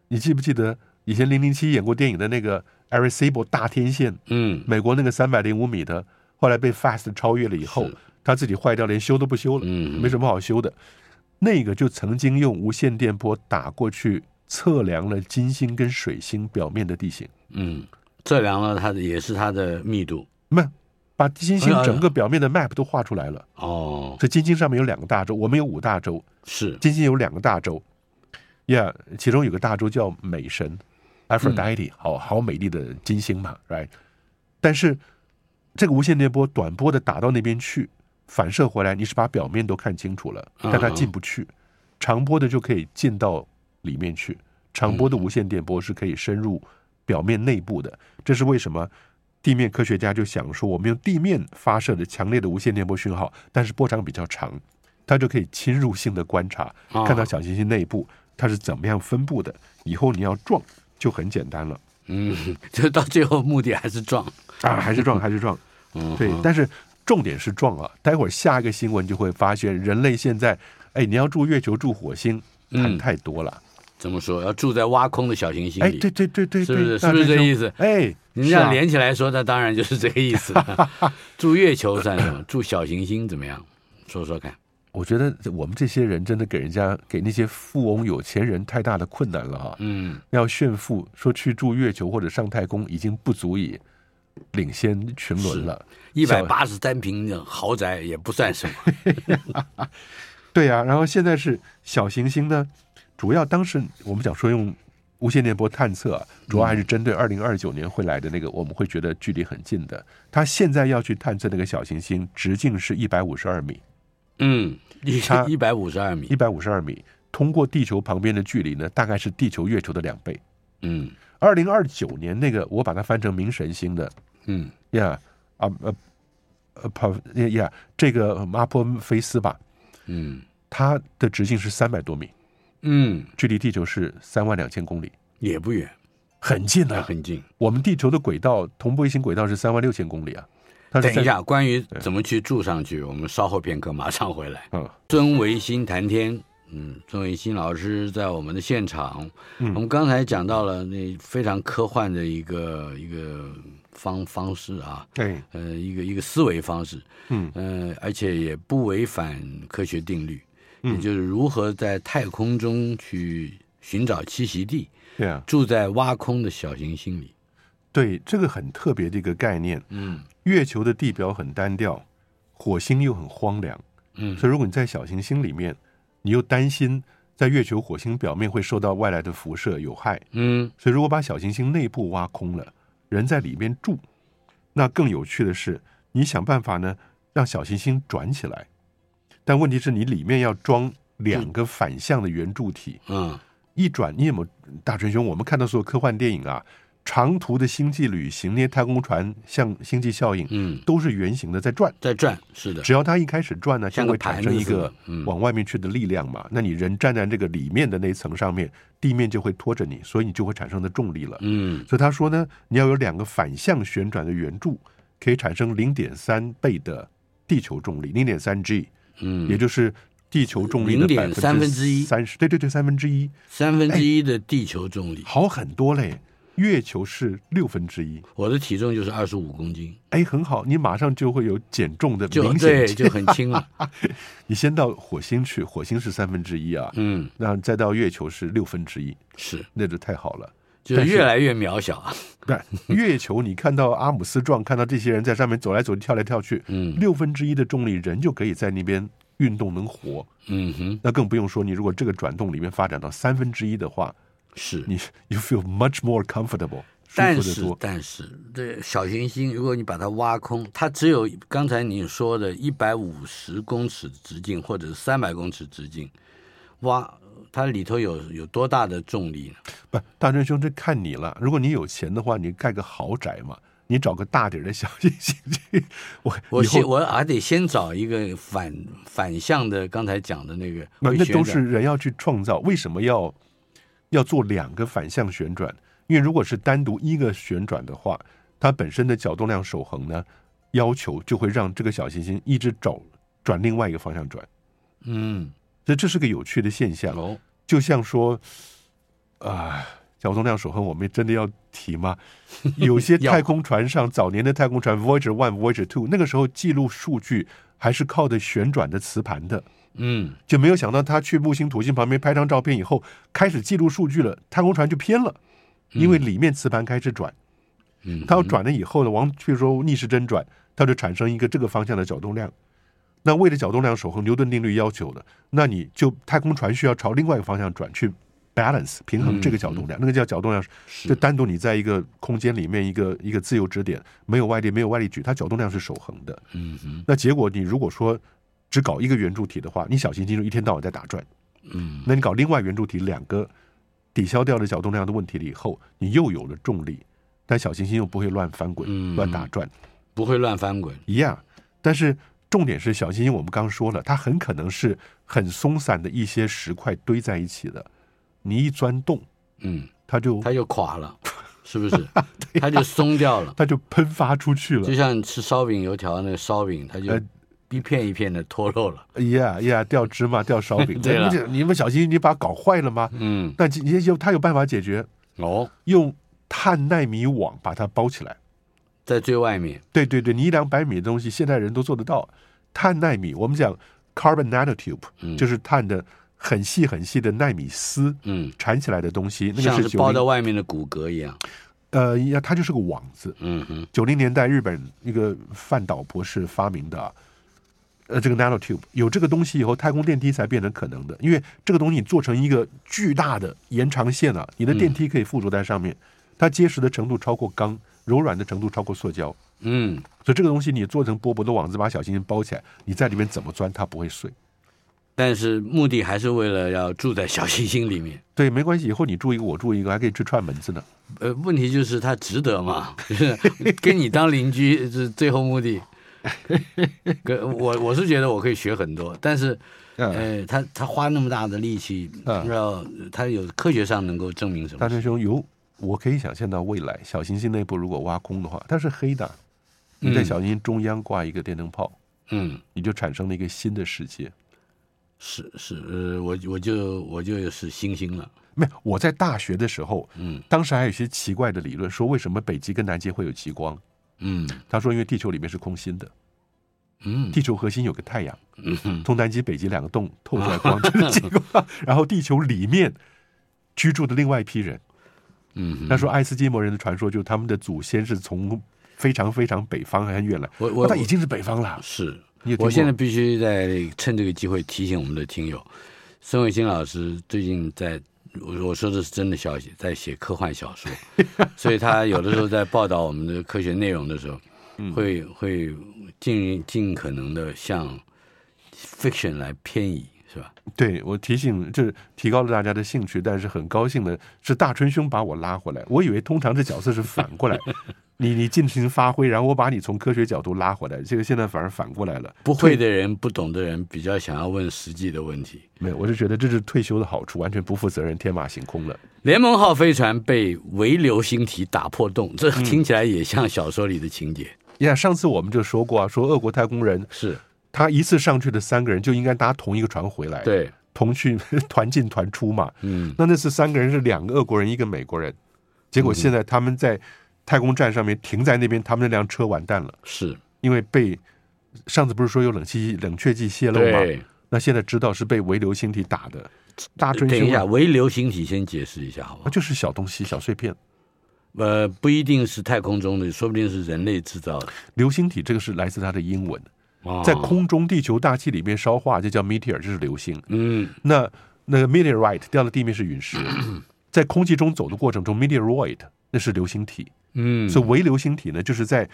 Speaker 3: 你记不记得以前零零七演过电影的那个 Arecibo 大天线，
Speaker 2: 嗯
Speaker 3: 美国那个三百零五米的，后来被 Fast 超越了以后
Speaker 2: 是，
Speaker 3: 它自己坏掉，连修都不修了，
Speaker 2: 嗯，
Speaker 3: 没什么好修的。那个就曾经用无线电波打过去测量了金星跟水星表面的地形，
Speaker 2: 嗯，测量了它的也是它的密度
Speaker 3: 那把金星
Speaker 2: 哎呀
Speaker 3: 整个表面的 map 都画出来了。
Speaker 2: 哦，
Speaker 3: 所以金星上面有两个大洲，我们有五大洲。
Speaker 2: 是
Speaker 3: 金星有两个大洲，Yeah，其中有个大洲叫美神 Aphrodite，、好好美丽的金星嘛，Right？但是这个无线电波短波的打到那边去，反射回来，你是把表面都看清楚了，但它
Speaker 2: 嗯
Speaker 3: 进不去。长波的就可以进到里面去，长波的无线电波是可以深入表面内部的。这是为什么？地面科学家就想说，我们用地面发射的强烈的无线电波讯号，但是波长比较长，它就可以侵入性的观察，
Speaker 2: 啊
Speaker 3: 看到小行星内部它是怎么样分布的。以后你要撞就很简单了
Speaker 2: 嗯， 就到最后目的还是撞。
Speaker 3: 啊，还是撞，还 是撞。
Speaker 2: 嗯，
Speaker 3: 对，但是重点是撞啊！待会儿下一个新闻就会发现，人类现在，哎，你要住月球、住火星，谈
Speaker 2: 嗯
Speaker 3: 太多了。
Speaker 2: 怎么说？要住在挖空的小行星
Speaker 3: 哎，
Speaker 2: 里。
Speaker 3: 对对对对对，
Speaker 2: 是不是
Speaker 3: 大
Speaker 2: 是不是
Speaker 3: 师
Speaker 2: 这
Speaker 3: 兄
Speaker 2: 意思
Speaker 3: 哎，
Speaker 2: 您这样连起来说，那当然就是这个意思了。 住月球算什么？住小行星怎么样？说说看。
Speaker 3: 我觉得我们这些人真的给人家给那些富翁有钱人太大的困难了哈。
Speaker 2: 嗯，
Speaker 3: 要炫富，说去住月球或者上太空，已经不足以领先群伦了。
Speaker 2: 一百八十三平的豪宅也不算什么。
Speaker 3: 对呀、然后现在是小行星呢，主要当时我们讲说用无线电波探测啊，主要还是针对二零二九年会来的那个，我们会觉得距离很近的。它现在要去探测那个小行星，直径是一百五十二米，
Speaker 2: 嗯，一
Speaker 3: 它
Speaker 2: 一百五十二米
Speaker 3: 一。百五十二米，通过地球旁边的距离呢，大概是地球月球的两倍。
Speaker 2: 嗯
Speaker 3: 二零二九年那个，我把它翻成冥神星的
Speaker 2: 嗯
Speaker 3: 呀啊呃呃跑呀，这个阿波菲斯吧，
Speaker 2: 嗯
Speaker 3: 它的直径是三百多米，
Speaker 2: 嗯，
Speaker 3: 距离地球是三万两千公里，
Speaker 2: 也不远，
Speaker 3: 很近
Speaker 2: 那
Speaker 3: 啊。
Speaker 2: 很近。
Speaker 3: 我们地球的轨道同步卫星轨道是三万六千公里啊。它是
Speaker 2: 等
Speaker 3: 三
Speaker 2: 一，下，关于怎么去住上去，我们稍后片刻马上回来。
Speaker 3: 嗯，
Speaker 2: 孙维新谈天，嗯，孙维新老师在我们的现场，
Speaker 3: 嗯
Speaker 2: 我们刚才讲到了那非常科幻的一个一个方方式啊，
Speaker 3: 对，
Speaker 2: 呃，一个一个思维方式，
Speaker 3: 嗯
Speaker 2: 呃，而且也不违反科学定律，
Speaker 3: 嗯
Speaker 2: 也就是如何在太空中去寻找栖息地，
Speaker 3: 对啊，
Speaker 2: 住在挖空的小行星里。
Speaker 3: 对，这个很特别的一个概念。
Speaker 2: 嗯
Speaker 3: 月球的地表很单调，火星又很荒凉，
Speaker 2: 嗯
Speaker 3: 所以如果你在小行星里面，你又担心在月球、火星表面会受到外来的辐射有害，
Speaker 2: 嗯
Speaker 3: 所以如果把小行星内部挖空了，人在里面住，那更有趣的是，你想办法呢让小行星转起来，但问题是你里面要装两个反向的圆柱体，
Speaker 2: 嗯
Speaker 3: 一转你有没有大锤兄？我们看到所有科幻电影
Speaker 2: 嗯
Speaker 3: 啊，长途的星际旅行，那些太空船像星际效应
Speaker 2: 嗯，
Speaker 3: 都是圆形的在转。
Speaker 2: 在转，是的，
Speaker 3: 只要它一开始转呢，就
Speaker 2: 像个
Speaker 3: 会产
Speaker 2: 盘
Speaker 3: 生
Speaker 2: 子
Speaker 3: 一
Speaker 2: 似
Speaker 3: 个
Speaker 2: 的。嗯
Speaker 3: 往外面去的力量嘛。那你人站在这个里面的那一层上面，地面就会拖着你，所以你就会产生的重力了。
Speaker 2: 嗯
Speaker 3: 所以他说呢，你要有两个反向旋转的圆柱，可以产生零点三倍的地球重力，零点三 G，
Speaker 2: 嗯，
Speaker 3: 也就是地球重力的
Speaker 2: 0.3分之一
Speaker 3: 三十，对对对，三分之一，
Speaker 2: 三分之一的地球重力，
Speaker 3: 好很多嘞。月球是六分之一，
Speaker 2: 我的体重就是二十五公斤，
Speaker 3: 哎，很好，你马上就会有减重的
Speaker 2: 就
Speaker 3: 明显
Speaker 2: 对，
Speaker 3: 减。
Speaker 2: 就很轻了。
Speaker 3: 你先到火星去，火星是三分之一啊，
Speaker 2: 嗯，
Speaker 3: 那再到月球是六分之一，
Speaker 2: 是，
Speaker 3: 那就太 好了。
Speaker 2: 就是
Speaker 3: 但是
Speaker 2: 越来越渺小啊。
Speaker 3: 不是月球，你看到阿姆斯壮，看到这些人在上面走来走去、跳来跳去，
Speaker 2: 嗯
Speaker 3: 六分之一的重力，人就可以在那边运动能活。
Speaker 2: 嗯哼，
Speaker 3: 那更不用说，你如果这个转动里面发展到三分之一的话，
Speaker 2: 是。
Speaker 3: 你 you feel much more comfortable，舒
Speaker 2: 但
Speaker 3: 服得
Speaker 2: 是
Speaker 3: 多。
Speaker 2: 但是，这小行星如果你把它挖空，它只有刚才你说的一百五十公尺直径或者三百公尺直径，挖它里头有有多大的重力呢？
Speaker 3: 不，大真兄，这看你了。如果你有钱的话，你盖个豪宅嘛，你找个大点儿的 小行星去。我
Speaker 2: 我
Speaker 3: 以后
Speaker 2: 先我还得先找一个反反向的，刚才讲的那个
Speaker 3: 那
Speaker 2: 会
Speaker 3: 那
Speaker 2: 旋
Speaker 3: 都
Speaker 2: 转
Speaker 3: 是人要去创造。为什么要要做两个反向旋转？因为如果是单独一个旋转的话，它本身的角动量守恒呢，要求就会让这个小行星一直找转另外一个方向转。
Speaker 2: 嗯
Speaker 3: 所以这是个有趣的现象，
Speaker 2: 哦
Speaker 3: 就像说啊。角动量守恒，我们真的要提 吗？有些
Speaker 2: 要
Speaker 3: 太空船上，早年的太空船 Voyager One、Voyager Two，那个时候记录数据还是靠的旋转的磁盘的。
Speaker 2: 嗯
Speaker 3: 就没有想到他去木星、土星旁边拍张照片以后，开始记录数据了，太空船就偏了，因为里面磁盘开始转，
Speaker 2: 嗯，
Speaker 3: 它要转了以后呢，往譬如说逆时针转，它就产生一个这个方向的角动量。那为了角动量守恒牛顿定律要求的，那你就太空船需要朝另外一个方向转去 balance 平衡这个角动量，那个叫角动量。
Speaker 2: 嗯是
Speaker 3: 就单独你在一个空间里面一个一个自由指点，没有外力，没有外力矩，它角动量是守恒的。
Speaker 2: 嗯哼
Speaker 3: 那结果你如果说只搞一个圆柱体的话，你小行星就一天到晚在打转。
Speaker 2: 嗯
Speaker 3: 那你搞另外圆柱体两个抵消掉了角动量的问题了以后，你又有了重力，但小行星又不会乱翻滚、
Speaker 2: 嗯
Speaker 3: 乱打转
Speaker 2: 不会乱翻滚，
Speaker 3: 一样。但是重点是小行星，我们刚说了，它很可能是很松散的一些石块堆在一起的，你一钻洞，
Speaker 2: 嗯，
Speaker 3: 它就
Speaker 2: 它就垮了，是 不是？它就松掉了，
Speaker 3: 它就喷发出去了
Speaker 2: 就。像吃烧饼油条那个烧饼，它就
Speaker 3: 呃
Speaker 2: 一片一片的脱落了。
Speaker 3: 呀呀，掉芝麻掉烧饼，
Speaker 2: 对了
Speaker 3: 你们你们小行星，你把它搞坏了吗？
Speaker 2: 嗯，
Speaker 3: 但你有它有办法解决，
Speaker 2: 哦，
Speaker 3: 用碳纳米网把它包起来。
Speaker 2: 在最外面，
Speaker 3: 对对对，你一两百米的东西，现代人都做得到。碳纳米，我们讲 carbon nanotube，、
Speaker 2: 嗯
Speaker 3: 就是碳的很细很细的纳米丝
Speaker 2: 嗯，
Speaker 3: 缠起来的东西，那
Speaker 2: 像
Speaker 3: 个
Speaker 2: 是
Speaker 3: 九
Speaker 2: 包在
Speaker 3: 零
Speaker 2: 外面的骨骼一样，
Speaker 3: 呃，呀它就是个网子。
Speaker 2: 嗯哼，
Speaker 3: 九零年代日本一个范岛博士发明的啊，呃，这个 nanotube 有这个东西以后，太空电梯才变成可能的，因为这个东西你做成一个巨大的延长线啊，你的电梯可以附着在上面，它结实的程度超过钢，柔软的程度超过塑胶。
Speaker 2: 嗯，
Speaker 3: 所以这个东西你做成薄薄的网子，把小星星包起来，你在里面怎么钻它不会碎。
Speaker 2: 但是目的还是为了要住在小行星里面。
Speaker 3: 对，没关系，以后你住一个，我住一个，还可以去串门子呢。
Speaker 2: 呃，问题就是它值得吗？ 就是跟你当邻居是最后目的。 跟我我是觉得我可以学很多，但是
Speaker 3: 嗯，
Speaker 2: 呃，他他花那么大的力气，
Speaker 3: 嗯
Speaker 2: 然后他有科学上能够证明什
Speaker 3: 大
Speaker 2: 么？
Speaker 3: 师兄有，我可以想象到未来小行星内部如果挖空的话，它是黑的，你在
Speaker 2: 嗯
Speaker 3: 小行星中央挂一个电灯泡，
Speaker 2: 嗯，
Speaker 3: 你就产生了一个新的世界。
Speaker 2: 是是，呃，我我就我就是星星了，
Speaker 3: 没有，我在大学的时候，
Speaker 2: 嗯
Speaker 3: 当时还有一些奇怪的理论，说为什么北极跟南极会有极光？
Speaker 2: 嗯
Speaker 3: 他说，因为地球里面是空心的，
Speaker 2: 嗯
Speaker 3: 地球核心有个太阳，
Speaker 2: 嗯哼
Speaker 3: 从南极、北极两个洞透出来光，这是极光。然后地球里面居住的另外一批人，
Speaker 2: 嗯哼，
Speaker 3: 他说爱斯基摩人的传说，就是他们的祖先是从非常非常北方很远来，
Speaker 2: 我我
Speaker 3: 他已经是北方了。
Speaker 2: 是
Speaker 3: 你有听过
Speaker 2: 我现在必须在趁这个机会提醒我们的听友，孙伟新老师最近在，我我说的是真的消息，在写科幻小 说，所以他有的时候在报道我们的科学内容的时候，
Speaker 3: 嗯
Speaker 2: 会会尽尽可能的向 fiction 来偏移，是吧？
Speaker 3: 对我提醒，这提高了大家的兴趣，但是很高兴的是，大春兄把我拉回来。我以为通常这角色是反过 来，你你尽情发挥，然后我把你从科学角度拉回来。这个现在反而反过来了，
Speaker 2: 不会的人、不懂的人比较想要问实际的问题。
Speaker 3: 没有，我是觉得这是退休的好处，完全不负责任，天马行空了。
Speaker 2: 联盟号飞船被微流星体打破洞，这
Speaker 3: 嗯
Speaker 2: 听起来也像小说里的情节。
Speaker 3: 呀，上次我们就说过啊，说俄国太空人
Speaker 2: 是
Speaker 3: 他一次上去的三个人就应该搭同一个船回来，，
Speaker 2: 对，
Speaker 3: 同去 团进团出嘛。
Speaker 2: 嗯。
Speaker 3: 那那次三个人是两个俄国人，一个美国人，结果现在他们在太空站上面停在那边，他们那辆车完蛋了，
Speaker 2: 是，
Speaker 3: 因为被上次不是说有冷气冷却剂泄漏吗？，那现在知道是被微流星体打的，大追
Speaker 2: 等一
Speaker 3: 星
Speaker 2: 下，微流星体先解释一下好不好？
Speaker 3: 啊就是小东西、小碎片。
Speaker 2: 呃，不一定是太空中的，说不定是人类制造的。
Speaker 3: 流星体这个是来自它的英文，
Speaker 2: 哦
Speaker 3: 在，空中地球大气里面烧化，这叫 meteor，这是流星。
Speaker 2: 嗯
Speaker 3: 那那个 meteorite 掉到地面是陨石，在空气中走的过程中，meteoroid 那是流星体。
Speaker 2: 嗯
Speaker 3: 所以微流星体呢，就是在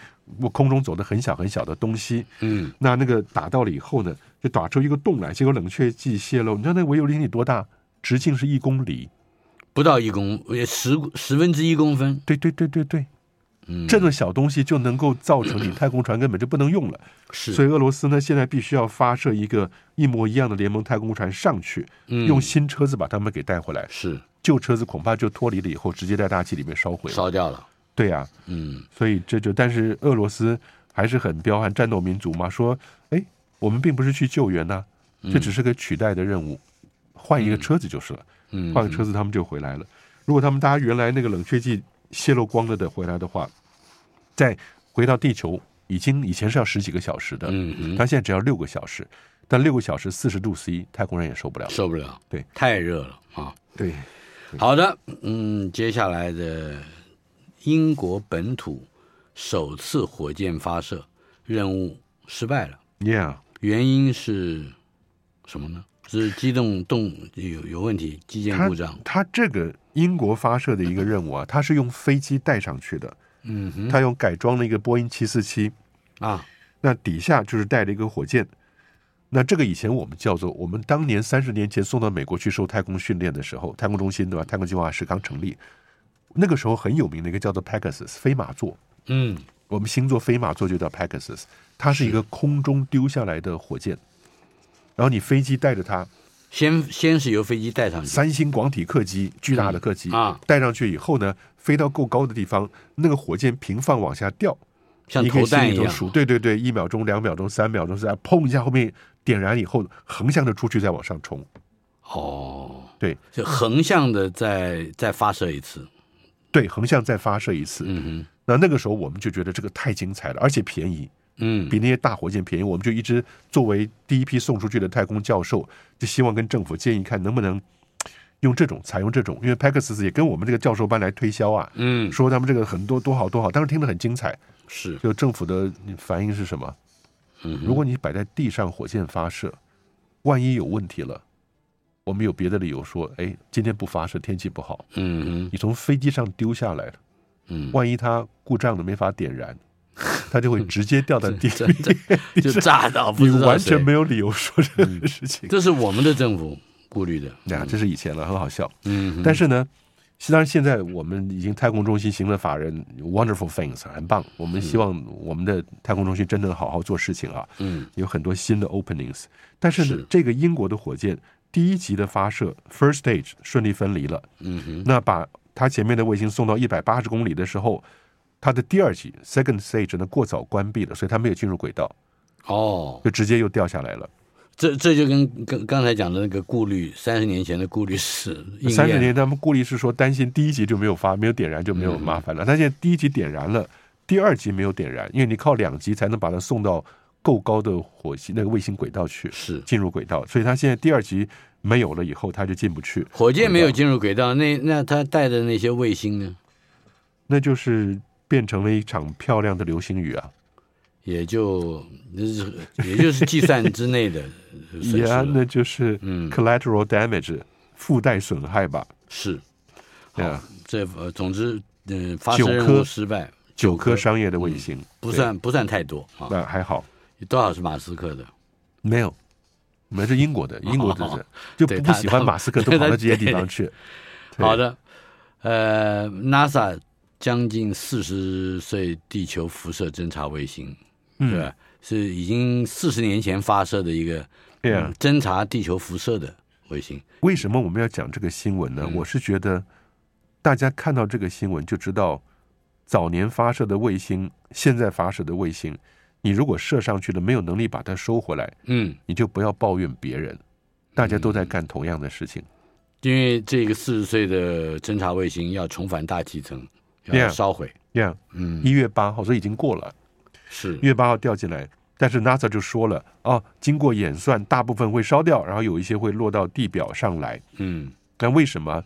Speaker 3: 空中走的很小很小的东西。
Speaker 2: 嗯，
Speaker 3: 那那个打到了以后呢，就打出一个洞来，结果冷却剂泄漏。你知道那个微流星体多大？直径是一公里。
Speaker 2: 不到一公，也十十分之一公分。
Speaker 3: 对对对对对，
Speaker 2: 嗯，
Speaker 3: 这种小东西就能够造成你太空船根本就不能用了。
Speaker 2: 是
Speaker 3: 所以俄罗斯呢，现在必须要发射一个一模一样的联盟太空船上去，
Speaker 2: 嗯
Speaker 3: 用新车子把他们给带回来。
Speaker 2: 是
Speaker 3: 旧车子恐怕就脱离了以后，直接在大气里面烧毁了。
Speaker 2: 烧掉了。
Speaker 3: 对啊呀、
Speaker 2: 嗯，
Speaker 3: 所以这就，但是俄罗斯还是很彪悍战斗民族嘛，说，哎，我们并不是去救援呐、
Speaker 2: 嗯
Speaker 3: 这只是个取代的任务，换一个车子就是了，
Speaker 2: 嗯
Speaker 3: 换个车子他们就回来了。如果他们大家原来那个冷却剂泄漏光了的回来的话，再回到地球，已经以前是要十几个小时的，
Speaker 2: 嗯
Speaker 3: 他现在只要六个小时，但六个小时四十度 C，太空人也受不了。
Speaker 2: 受不了，
Speaker 3: 对，
Speaker 2: 太热了啊。
Speaker 3: 对，
Speaker 2: 好的，嗯，接下来的英国本土首次火箭发射任务失败了。
Speaker 3: ，Yeah，
Speaker 2: 原因是什么呢？是机动动有有问题，机件
Speaker 3: 他
Speaker 2: 故障。
Speaker 3: 他这个英国发射的一个任务啊，他是用飞机带上去的。
Speaker 2: 嗯哼
Speaker 3: 他用改装了一个波音七四七，
Speaker 2: 啊，
Speaker 3: 那底下就是带了一个火箭。那这个以前我们叫做我们当年三十年前送到美国去受太空训练的时候，太空中心对吧？太空计划是刚成立，那个时候很有名的一个叫做 Pegasus 飞马座，
Speaker 2: 嗯
Speaker 3: 我们星座飞马座就叫 Pegasus，它是一个空中丢下来的火箭，然后你飞机带着它，
Speaker 2: 先先是由飞机带上去，
Speaker 3: 三星广体客机巨大的客机
Speaker 2: 嗯啊
Speaker 3: 带上去以后呢，飞到够高的地方，那个火箭平放往下掉，
Speaker 2: 像
Speaker 3: 你可以
Speaker 2: 投
Speaker 3: 心
Speaker 2: 弹
Speaker 3: 里
Speaker 2: 一
Speaker 3: 头
Speaker 2: 样。
Speaker 3: 数，对对对，一秒钟、两秒钟、三秒钟，是在砰一下，后面点燃以后，横向的出去再往上冲。
Speaker 2: 哦，
Speaker 3: 对，
Speaker 2: 就横向的再再发射一次，
Speaker 3: 对，横向再发射一次。
Speaker 2: 嗯哼，
Speaker 3: 那那个时候我们就觉得这个太精彩了，而且便宜，
Speaker 2: 嗯，
Speaker 3: 比那些大火箭便宜。我们就一直作为第一批送出去的太空教授，就希望跟政府建议看能不能用这种采用这种，因为 Pegasus 也跟我们这个教授班来推销啊，
Speaker 2: 嗯
Speaker 3: 说他们这个很多多好多好，当时听得很精彩。
Speaker 2: 是，
Speaker 3: 就政府的反应是什么？
Speaker 2: 嗯哼
Speaker 3: 如果你摆在地上火箭发射，万一有问题了，我们有别的理由说，哎，今天不发射，天气不好。
Speaker 2: 嗯哼
Speaker 3: 你从飞机上丢下来了，
Speaker 2: 嗯，
Speaker 3: 万一它故障了没法点燃，它就会直接掉到地
Speaker 2: 这
Speaker 3: 里。
Speaker 2: 这就炸到不
Speaker 3: 你
Speaker 2: 知道
Speaker 3: 完
Speaker 2: 谁
Speaker 3: 全没有理由说这个事情。
Speaker 2: 这是我们的政府顾虑的。
Speaker 3: 呀，这是以前了，很好笑。
Speaker 2: 嗯哼，
Speaker 3: 但是呢，当然现在我们已经太空中心行了法人，wonderful things，很棒。我们希望我们的太空中心真正好好做事情啊，
Speaker 2: 嗯
Speaker 3: 有很多新的 openings。但是呢
Speaker 2: 是，
Speaker 3: 这个英国的火箭第一级的发射 first stage 顺利分离了，
Speaker 2: 嗯哼
Speaker 3: 那把它前面的卫星送到一百八十公里的时候，它的第二级 second stage 呢过早关闭了，所以它没有进入轨道，
Speaker 2: 哦，
Speaker 3: 就直接又掉下来了。
Speaker 2: 这这就跟跟刚才讲的那个顾虑，三十年前的顾虑是应验嗯
Speaker 3: 三十年，他们顾虑是说担心第一集就没有发，没有点燃就没有麻烦了。但现在第一集点燃了，第二集没有点燃，因为你靠两集才能把它送到够高的火星那个卫星轨道去，
Speaker 2: 是
Speaker 3: 进入轨道。所以它现在第二集没有了以后，它就进不去。
Speaker 2: 火箭没有进入轨道，那那它带的那些卫星呢，
Speaker 3: 那就是变成了一场漂亮的流星雨啊！
Speaker 2: 也就那是也就是计算之内 的损失
Speaker 3: 也啊，
Speaker 2: 了。
Speaker 3: 那就是
Speaker 2: 嗯
Speaker 3: collateral damage，、附带损害吧。
Speaker 2: 是，
Speaker 3: 对
Speaker 2: 好
Speaker 3: 啊，
Speaker 2: 这呃总之，嗯，发射
Speaker 3: 九
Speaker 2: 任
Speaker 3: 颗
Speaker 2: 务失败，
Speaker 3: 九颗商业的卫星、
Speaker 2: 嗯不算不算太多啊
Speaker 3: 对，，那还好，
Speaker 2: 多少是马斯克的？
Speaker 3: 没有。没有是英国的，英国就是就
Speaker 2: 哦对
Speaker 3: 不
Speaker 2: 他
Speaker 3: 不喜欢
Speaker 2: 他
Speaker 3: 马斯克，都
Speaker 2: 对
Speaker 3: 跑到
Speaker 2: 他
Speaker 3: 这些地
Speaker 2: 对
Speaker 3: 方去。对
Speaker 2: 好的，呃，NASA 将近四十岁地球辐射侦察卫星，
Speaker 3: 嗯
Speaker 2: 对啊吧？是已经四十年前发射的一个、
Speaker 3: 对啊
Speaker 2: 嗯侦察地球辐射的卫星。
Speaker 3: 为什么我们要讲这个新闻呢？
Speaker 2: 嗯
Speaker 3: 我是觉得大家看到这个新闻就知道，早年发射的卫星，现在发射的卫星，你如果射上去了，没有能力把它收回来，
Speaker 2: 嗯，
Speaker 3: 你就不要抱怨别人。大家都在干同样的事情，
Speaker 2: 因为这个四十岁的侦察卫星要重返大气层，要
Speaker 3: Yeah
Speaker 2: 烧毁。
Speaker 3: 这样
Speaker 2: 嗯，
Speaker 3: 一月八号，所以已经过了，
Speaker 2: 是
Speaker 3: 一月八号掉进来，但是 NASA 就说了啊，经过演算，大部分会烧掉，然后有一些会落到地表上来。
Speaker 2: 嗯
Speaker 3: 那为什么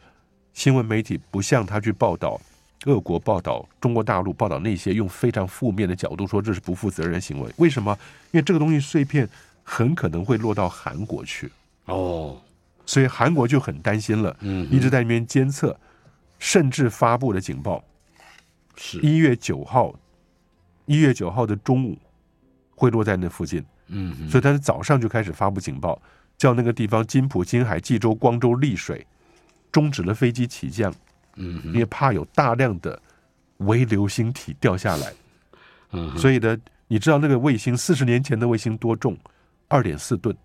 Speaker 3: 新闻媒体不向他去报道俄国、报道中国大陆、报道那些用非常负面的角度说这是不负责任行为？为什么？因为这个东西碎片很可能会落到韩国去，
Speaker 2: 哦
Speaker 3: 所以韩国就很担心了，
Speaker 2: 嗯
Speaker 3: 一直在那边监测，甚至发布了警报。
Speaker 2: 是
Speaker 3: 一月九号，一月九号的中午会落在那附近。
Speaker 2: 嗯哼
Speaker 3: 所以他是早上就开始发布警报，叫那个地方金浦、金海、济州、光州、丽水终止了飞机起降，
Speaker 2: 嗯
Speaker 3: 因为怕有大量的微流星体掉下来。
Speaker 2: 嗯哼
Speaker 3: 所以呢，你知道那个卫星四十年前的卫星多重？二点四吨。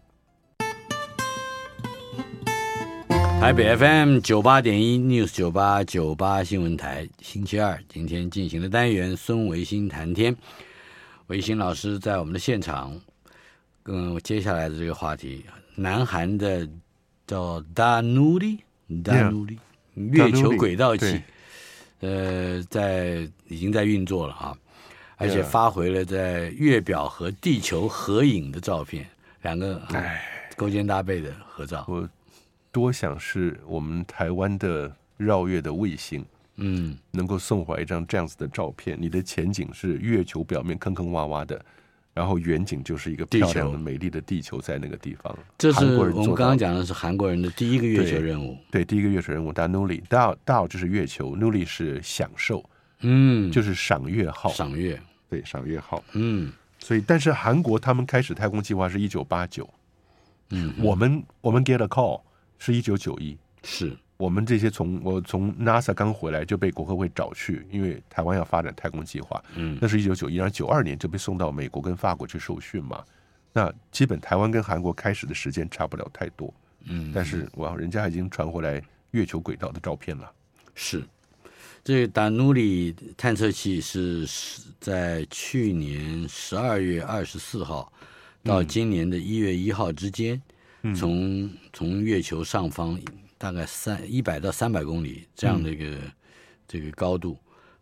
Speaker 2: 台北 FM 九八点一 News 九八九八新闻台，星期二今天进行的单元孙维新谈天，维新老师在我们的现场，嗯，接下来的这个话题，南韩的叫 Danuri Danuri 月球轨道器
Speaker 3: 对，
Speaker 2: 呃，在已经在运作了啊，而且
Speaker 3: Yeah
Speaker 2: 发回了在月表和地球合影的照片，两个、嗯勾肩搭背的合照，
Speaker 3: 我多想是我们台湾的绕月的卫星
Speaker 2: 嗯。
Speaker 3: 能够送回来一张这样子的照片，你的前景是月球表面坑坑洼洼的。然后远景就是一个漂
Speaker 2: 地
Speaker 3: 亮
Speaker 2: 球
Speaker 3: 的、美丽的地球在那个地方。
Speaker 2: 这是
Speaker 3: 韩
Speaker 2: 我
Speaker 3: 国人
Speaker 2: 们
Speaker 3: 做
Speaker 2: 刚刚
Speaker 3: 到的
Speaker 2: 讲的是韩国人的第一个月球任务。
Speaker 3: 对，第一个月球任务，大 Nuli Dao Dao 就是月球，Nuli 是享受，
Speaker 2: 嗯，
Speaker 3: 就是赏月号，
Speaker 2: 赏月。
Speaker 3: 对，赏月号。
Speaker 2: 嗯
Speaker 3: 所以，但是韩国他们开始太空计划是一九八九，
Speaker 2: 嗯，
Speaker 3: 我们我们 get a call 是一九九一，
Speaker 2: 是
Speaker 3: 我们这些从我从 NASA 刚回来就被国科会找去，因为台湾要发展太空计划，
Speaker 2: 嗯
Speaker 3: 那是一九九一，然后九二年就被送到美国跟法国去受训嘛。那基本台湾跟韩国开始的时间差不了太多，
Speaker 2: 嗯
Speaker 3: 但是哇，人家已经传回来月球轨道的照片了。
Speaker 2: 是。这个达努里探测器是是在去年十二月二十四号
Speaker 3: 嗯
Speaker 2: 到今年的一月一号之间，从
Speaker 3: 嗯
Speaker 2: 从月球上方大概三一百到三百公里这样的一个这个高度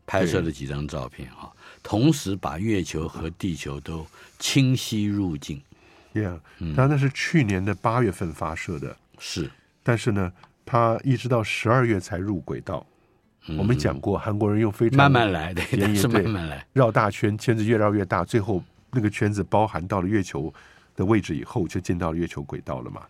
Speaker 2: 拍摄了几张照片哈、同时把月球和地球都清晰入镜，
Speaker 3: ，Yeah，他那是去年的八月份发射的，
Speaker 2: 是
Speaker 3: 但是呢，它一直到十二月才入轨道。我们讲过，韩国人用非常
Speaker 2: 慢慢来，对，
Speaker 3: 也
Speaker 2: 但
Speaker 3: 也
Speaker 2: 是
Speaker 3: 对
Speaker 2: 慢慢来，
Speaker 3: 绕大圈，圈子越绕越大，最后那个圈子包含到了月球的位置以后，就进到了月球轨道了嘛。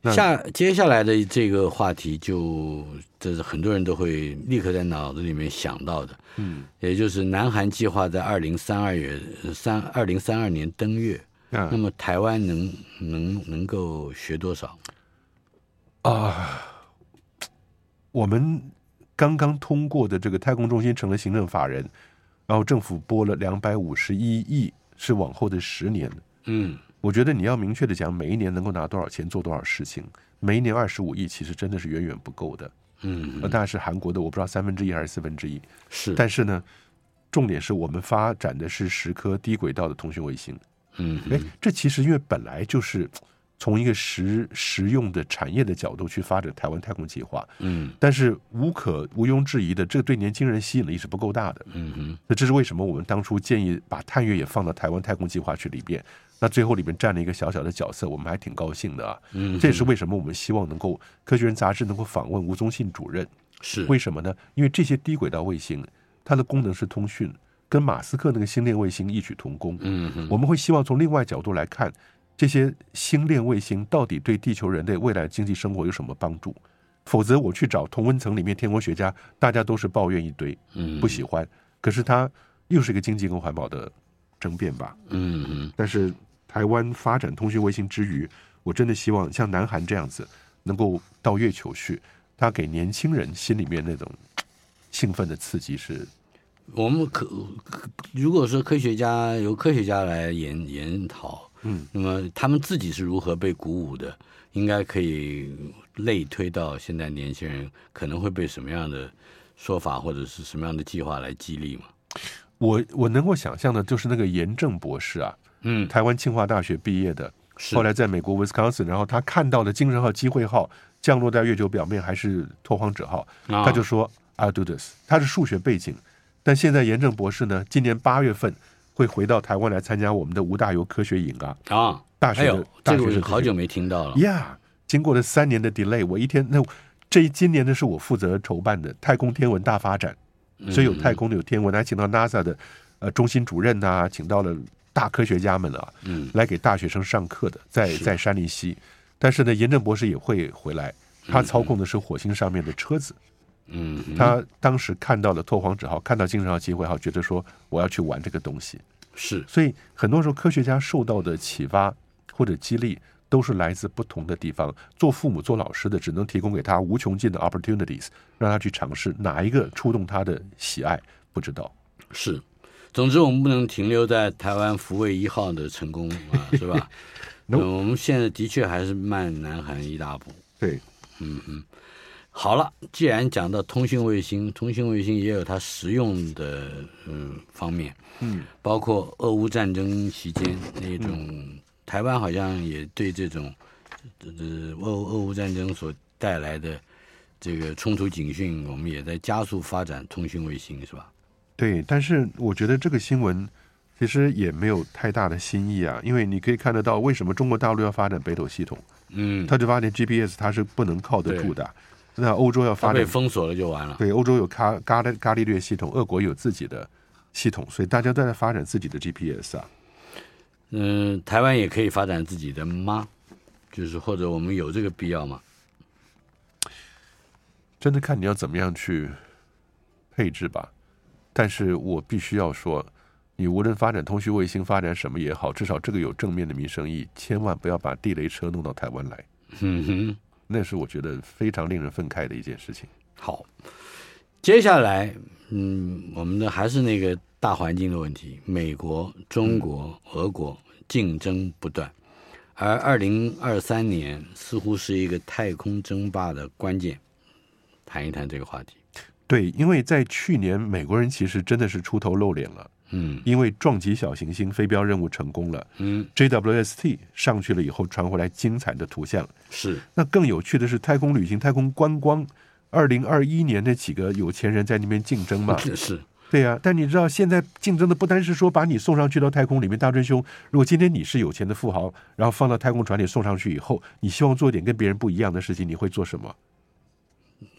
Speaker 3: 那
Speaker 2: 下接下来的这个话题就，这是很多人都会立刻在脑子里面想到的，
Speaker 3: 嗯，
Speaker 2: 也就是南韩计划在二零三二月三二零三二年登月，
Speaker 3: 那
Speaker 2: 那么台湾能能能够学多少？
Speaker 3: 啊，我们刚刚通过的这个太空中心成了行政法人，然后政府拨了两百五十一亿，是往后的十年。
Speaker 2: 嗯，
Speaker 3: 我觉得你要明确的讲，每一年能够拿多少钱做多少事情，每一年二十五亿其实真的是远远不够的。呃
Speaker 2: 嗯，
Speaker 3: 那当然是韩国的，我不知道三分之一还是四分之一。
Speaker 2: 是，
Speaker 3: 但是呢，重点是我们发展的是十颗低轨道的通讯卫星。
Speaker 2: 嗯
Speaker 3: 哎，这其实因为本来就是从一个实实用的产业的角度去发展台湾太空计划，
Speaker 2: 嗯
Speaker 3: 但是无可毋庸置疑的，这对年轻人吸引力是不够大的。
Speaker 2: 嗯哼，
Speaker 3: 那这是为什么我们当初建议把探月也放到台湾太空计划去里边。那最后里面占了一个小小的角色，我们还挺高兴的啊。
Speaker 2: 嗯，
Speaker 3: 这也是为什么我们希望能够《科学人》杂志能够访问吴宗信主任，
Speaker 2: 是
Speaker 3: 为什么呢？因为这些低轨道卫星，它的功能是通讯，跟马斯克那个星链卫星异曲同工。
Speaker 2: 嗯哼，
Speaker 3: 我们会希望从另外角度来看，这些星链卫星到底对地球人类未来经济生活有什么帮助？否则，我去找同温层里面天文学家，大家都是抱怨一堆，
Speaker 2: 嗯
Speaker 3: 不喜欢。可是它又是一个经济跟环保的争辩吧？
Speaker 2: 嗯哼，
Speaker 3: 但是台湾发展通讯卫星之余，我真的希望像南韩这样子，能够到月球去，它给年轻人心里面那种兴奋的刺激是，
Speaker 2: 我们可可如果说科学家由科学家来研研讨，
Speaker 3: 嗯，
Speaker 2: 那么他们自己是如何被鼓舞的，应该可以类推到现在年轻人可能会被什么样的说法或者是什么样的计划来激励嘛？
Speaker 3: 我我能够想象的，就是那个严正博士啊，
Speaker 2: 嗯，
Speaker 3: 台湾清华大学毕业的，
Speaker 2: 是
Speaker 3: 后来在美国 Wisconsin，然后他看到了精神号、机会号降落在月球表面还是拓荒者号，
Speaker 2: 啊
Speaker 3: 他就说 I'll do this。他是数学背景，但现在严正博士呢，今年八月份会回到台湾来参加我们的吴大猷科学营啊。
Speaker 2: 啊，
Speaker 3: 大学
Speaker 2: 哎
Speaker 3: 的
Speaker 2: 呦，这
Speaker 3: 大学
Speaker 2: 个我
Speaker 3: 的
Speaker 2: 是
Speaker 3: 科
Speaker 2: 好
Speaker 3: 学
Speaker 2: 久没听到了，
Speaker 3: 呀经过了三年的 delay，我一天那这一今年呢是我负责筹办的太空天文大发展，
Speaker 2: 嗯
Speaker 3: 所以有太空的有天文，还请到 NASA 的呃中心主任呐、请到了大科学家们啊，
Speaker 2: 嗯，
Speaker 3: 来给大学生上课的，在在山林溪。但是呢，严正博士也会回来，他操控的是火星上面的车子。
Speaker 2: 嗯哼，
Speaker 3: 他当时看到了拓荒者号，看到精神号、机会号，觉得说我要去玩这个东西。
Speaker 2: 是
Speaker 3: 所以很多时候科学家受到的启发或者激励，都是来自不同的地方。做父母、做老师的，只能提供给他无穷尽的 opportunities，让他去尝试哪一个触动他的喜爱，不知道。
Speaker 2: 是，总之我们不能停留在台湾福卫一号的成功啊，是 吧？
Speaker 3: No
Speaker 2: 呃我们现在的确还是慢南韩一大步。
Speaker 3: 对，
Speaker 2: 好了，既然讲到通讯卫星，通讯卫星也有它实用的嗯方面，
Speaker 3: 嗯，
Speaker 2: 包括俄乌战争期间那种，台湾好像也对这种，呃，俄俄乌战争所带来的这个冲突警讯，我们也在加速发展通讯卫星，是吧？
Speaker 3: 对。但是我觉得这个新闻其实也没有太大的新意啊，因为你可以看得到，为什么中国大陆要发展北斗系统，
Speaker 2: 嗯，
Speaker 3: 它就发展 GPS，它是不能靠得住的。那欧洲要
Speaker 2: 它
Speaker 3: 发
Speaker 2: 被
Speaker 3: 展
Speaker 2: 封锁了就完了。
Speaker 3: 对，欧洲有伽伽利伽利略系统，俄国有自己的系统，所以大家都在发展自己的 GPS 啊。
Speaker 2: 嗯、台湾也可以发展自己的吗？就是或者我们有这个必要吗？
Speaker 3: 真的看你要怎么样去配置吧。但是我必须要说，你无论发展通讯卫星，发展什么也好，至少这个有正面的民生意义，千万不要把地雷车弄到台湾来，
Speaker 2: 嗯哼。
Speaker 3: 那是我觉得非常令人愤慨的一件事情。
Speaker 2: 好，接下来，嗯，我们的还是那个大环境的问题，美国、中
Speaker 3: 嗯
Speaker 2: 国、俄国竞争不断，而二零二三年似乎是一个太空争霸的关键，谈一谈这个话题。
Speaker 3: 对，因为在去年，美国人其实真的是出头露脸了，
Speaker 2: 嗯
Speaker 3: 因为撞击小行星飞镖任务成功了
Speaker 2: 嗯，
Speaker 3: ，JWST 上去了以后传回来精彩的图像，
Speaker 2: 是
Speaker 3: 那更有趣的是，太空旅行、太空观光二零二一年那几个有钱人在那边竞争嘛，
Speaker 2: 是
Speaker 3: 对呀、但你知道现在竞争的不单是说把你送上去到太空里面，大真兄，如果今天你是有钱的富豪，然后放到太空船里送上去以后，你希望做点跟别人不一样的事情，你会做什么？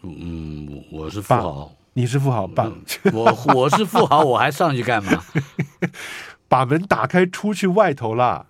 Speaker 2: 嗯，我我是富豪，
Speaker 3: 你是富豪，把
Speaker 2: 嗯我我是富豪，我还上去干嘛？
Speaker 3: 把门打开出去外头啦，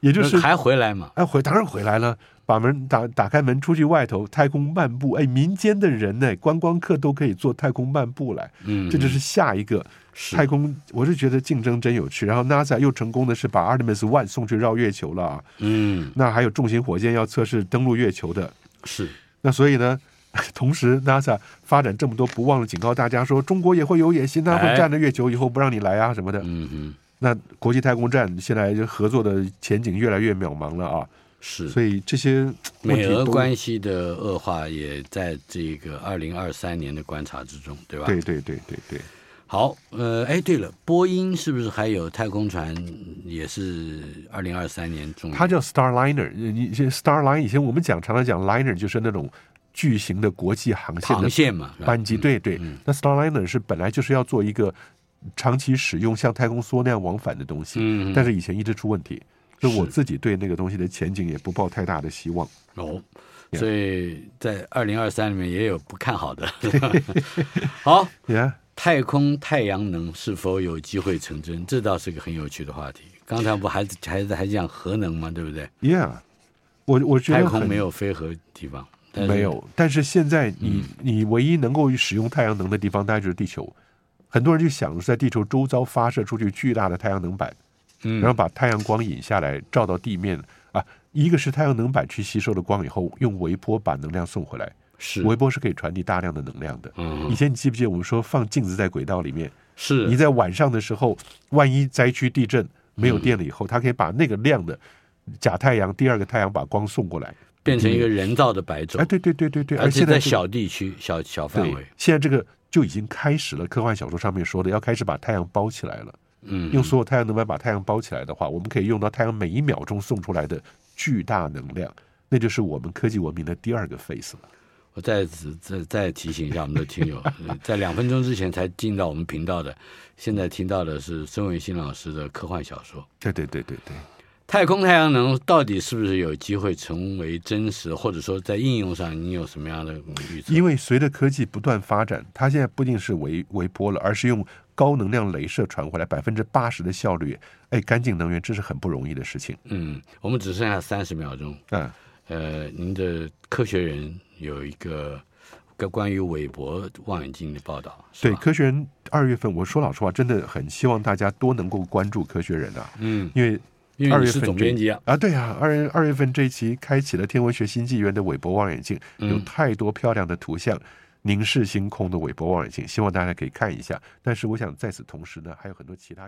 Speaker 3: 也 就是
Speaker 2: 还回来嘛？
Speaker 3: 哎，回当然回来了，把门打打开门出去外头太空漫步，哎，民间的人呢，观光客都可以做太空漫步来，
Speaker 2: 嗯，
Speaker 3: 这就是下一个
Speaker 2: 是
Speaker 3: 太空。我是觉得竞争真有趣，然后 NASA 又成功的是把 Artemis One 送去绕月球了啊，
Speaker 2: 嗯
Speaker 3: 那还有重型火箭要测试登陆月球的，
Speaker 2: 是
Speaker 3: 那所以呢。 同时，NASA 发展这么多，不忘了警告大家说，中国也会有野心啊，
Speaker 2: 哎
Speaker 3: 会占了月球以后不让你来啊什么的。
Speaker 2: 嗯哼
Speaker 3: 那国际太空站现在就合作的前景越来越渺茫了啊，
Speaker 2: 是。
Speaker 3: 所以这些问
Speaker 2: 美
Speaker 3: 题
Speaker 2: 俄
Speaker 3: 都
Speaker 2: 关系的恶化也在这个二零二三年的观察之中，对吧？
Speaker 3: 对对对对对，
Speaker 2: 好，呃，哎，对了，波音是不是还有太空船也是二零二三年中？
Speaker 3: 它叫 Starliner，呃你这 Starline 以前我们讲常常讲 liner 就是那种巨型的国际航线
Speaker 2: 螃
Speaker 3: 的
Speaker 2: 蟹嘛，是吧
Speaker 3: 班机，对对
Speaker 2: 嗯，
Speaker 3: 那 Starliner 是本来就是要做一个长期使用像太空梭那样往返的东西，
Speaker 2: 嗯，
Speaker 3: 但
Speaker 2: 是
Speaker 3: 是以前一直出问题，所以我
Speaker 2: 是
Speaker 3: 自己对那个东西的前景也不抱太大的希望。
Speaker 2: 哦，所以在二零二三里面也有不看 好的。 好，
Speaker 3: Yeah，
Speaker 2: 太空太阳能是否有机会成真？这倒是个很有趣的话题。刚才不还还还讲核能嘛，对不对？
Speaker 3: yeah，我我觉
Speaker 2: 太
Speaker 3: 得
Speaker 2: 空
Speaker 3: 很
Speaker 2: 没嗯有飞核地方，但是
Speaker 3: 没有，但是现在
Speaker 2: 嗯
Speaker 3: 你、你唯一能够使用太阳能的地方，大概就是地球。很多人就想着在地球周遭发射出去巨大的太阳能板，
Speaker 2: 嗯
Speaker 3: 然后把太阳光引下来，照到地面啊。一个是太阳能板去吸收了光以后，用微波把能量送回来。
Speaker 2: 是
Speaker 3: 微波是可以传递大量的能量的。以
Speaker 2: 嗯
Speaker 3: 前你记不记得我们说放镜子在轨道里面，
Speaker 2: 是
Speaker 3: 你在晚上的时候，万一灾区地震没
Speaker 2: 嗯
Speaker 3: 有电了以后，它可以把那个亮的假太阳第二个太阳把光送过来。
Speaker 2: 变成一个人造的白种
Speaker 3: 哎，，对对对对对，
Speaker 2: 而且
Speaker 3: 现在
Speaker 2: 在
Speaker 3: 这个
Speaker 2: 小地区、小小范
Speaker 3: 对
Speaker 2: 围，，
Speaker 3: 现在这个就已经开始了。科幻小说上面说的，要开始把太阳包起来了。
Speaker 2: 嗯，
Speaker 3: 用所有太阳能板把太阳包起来的话，我们可以用到太阳每一秒钟送出来的巨大能量，那就是我们科技文明的第二个 phase 了。
Speaker 2: 我再次再再提醒一下我们的听 友，呃在两分钟之前才进到我们频道的，现在听到的是孙维新老师的科幻小说《
Speaker 3: 对对对对对，
Speaker 2: 太空太阳能》，到底是不是有机会成为真实，或者说在应用上你有什么样的预测？
Speaker 3: 因为随着科技不断发展，它现在不仅是微微波了，而是用高能量镭射传回来，百分之八十的效率。哎，干净能源这是很不容易的事情。
Speaker 2: 嗯，我们只剩下三十秒钟。
Speaker 3: 嗯，
Speaker 2: 呃，您的科学人有一个关关于韦伯望远镜的报道，是
Speaker 3: 对，
Speaker 2: 吧？
Speaker 3: 科学人二月份，我说老实话，真的很希望大家多能够关注科学人啊，
Speaker 2: 嗯，
Speaker 3: 因为
Speaker 2: 因为你是总编辑啊，
Speaker 3: 啊，对啊，二月二月份这一期开启了天文学新纪元的韦伯望远镜，有
Speaker 2: 嗯
Speaker 3: 太多漂亮的图像凝视星空的韦伯望远镜，希望大家可以看一下。但是我想在此同时呢，还有很多其他。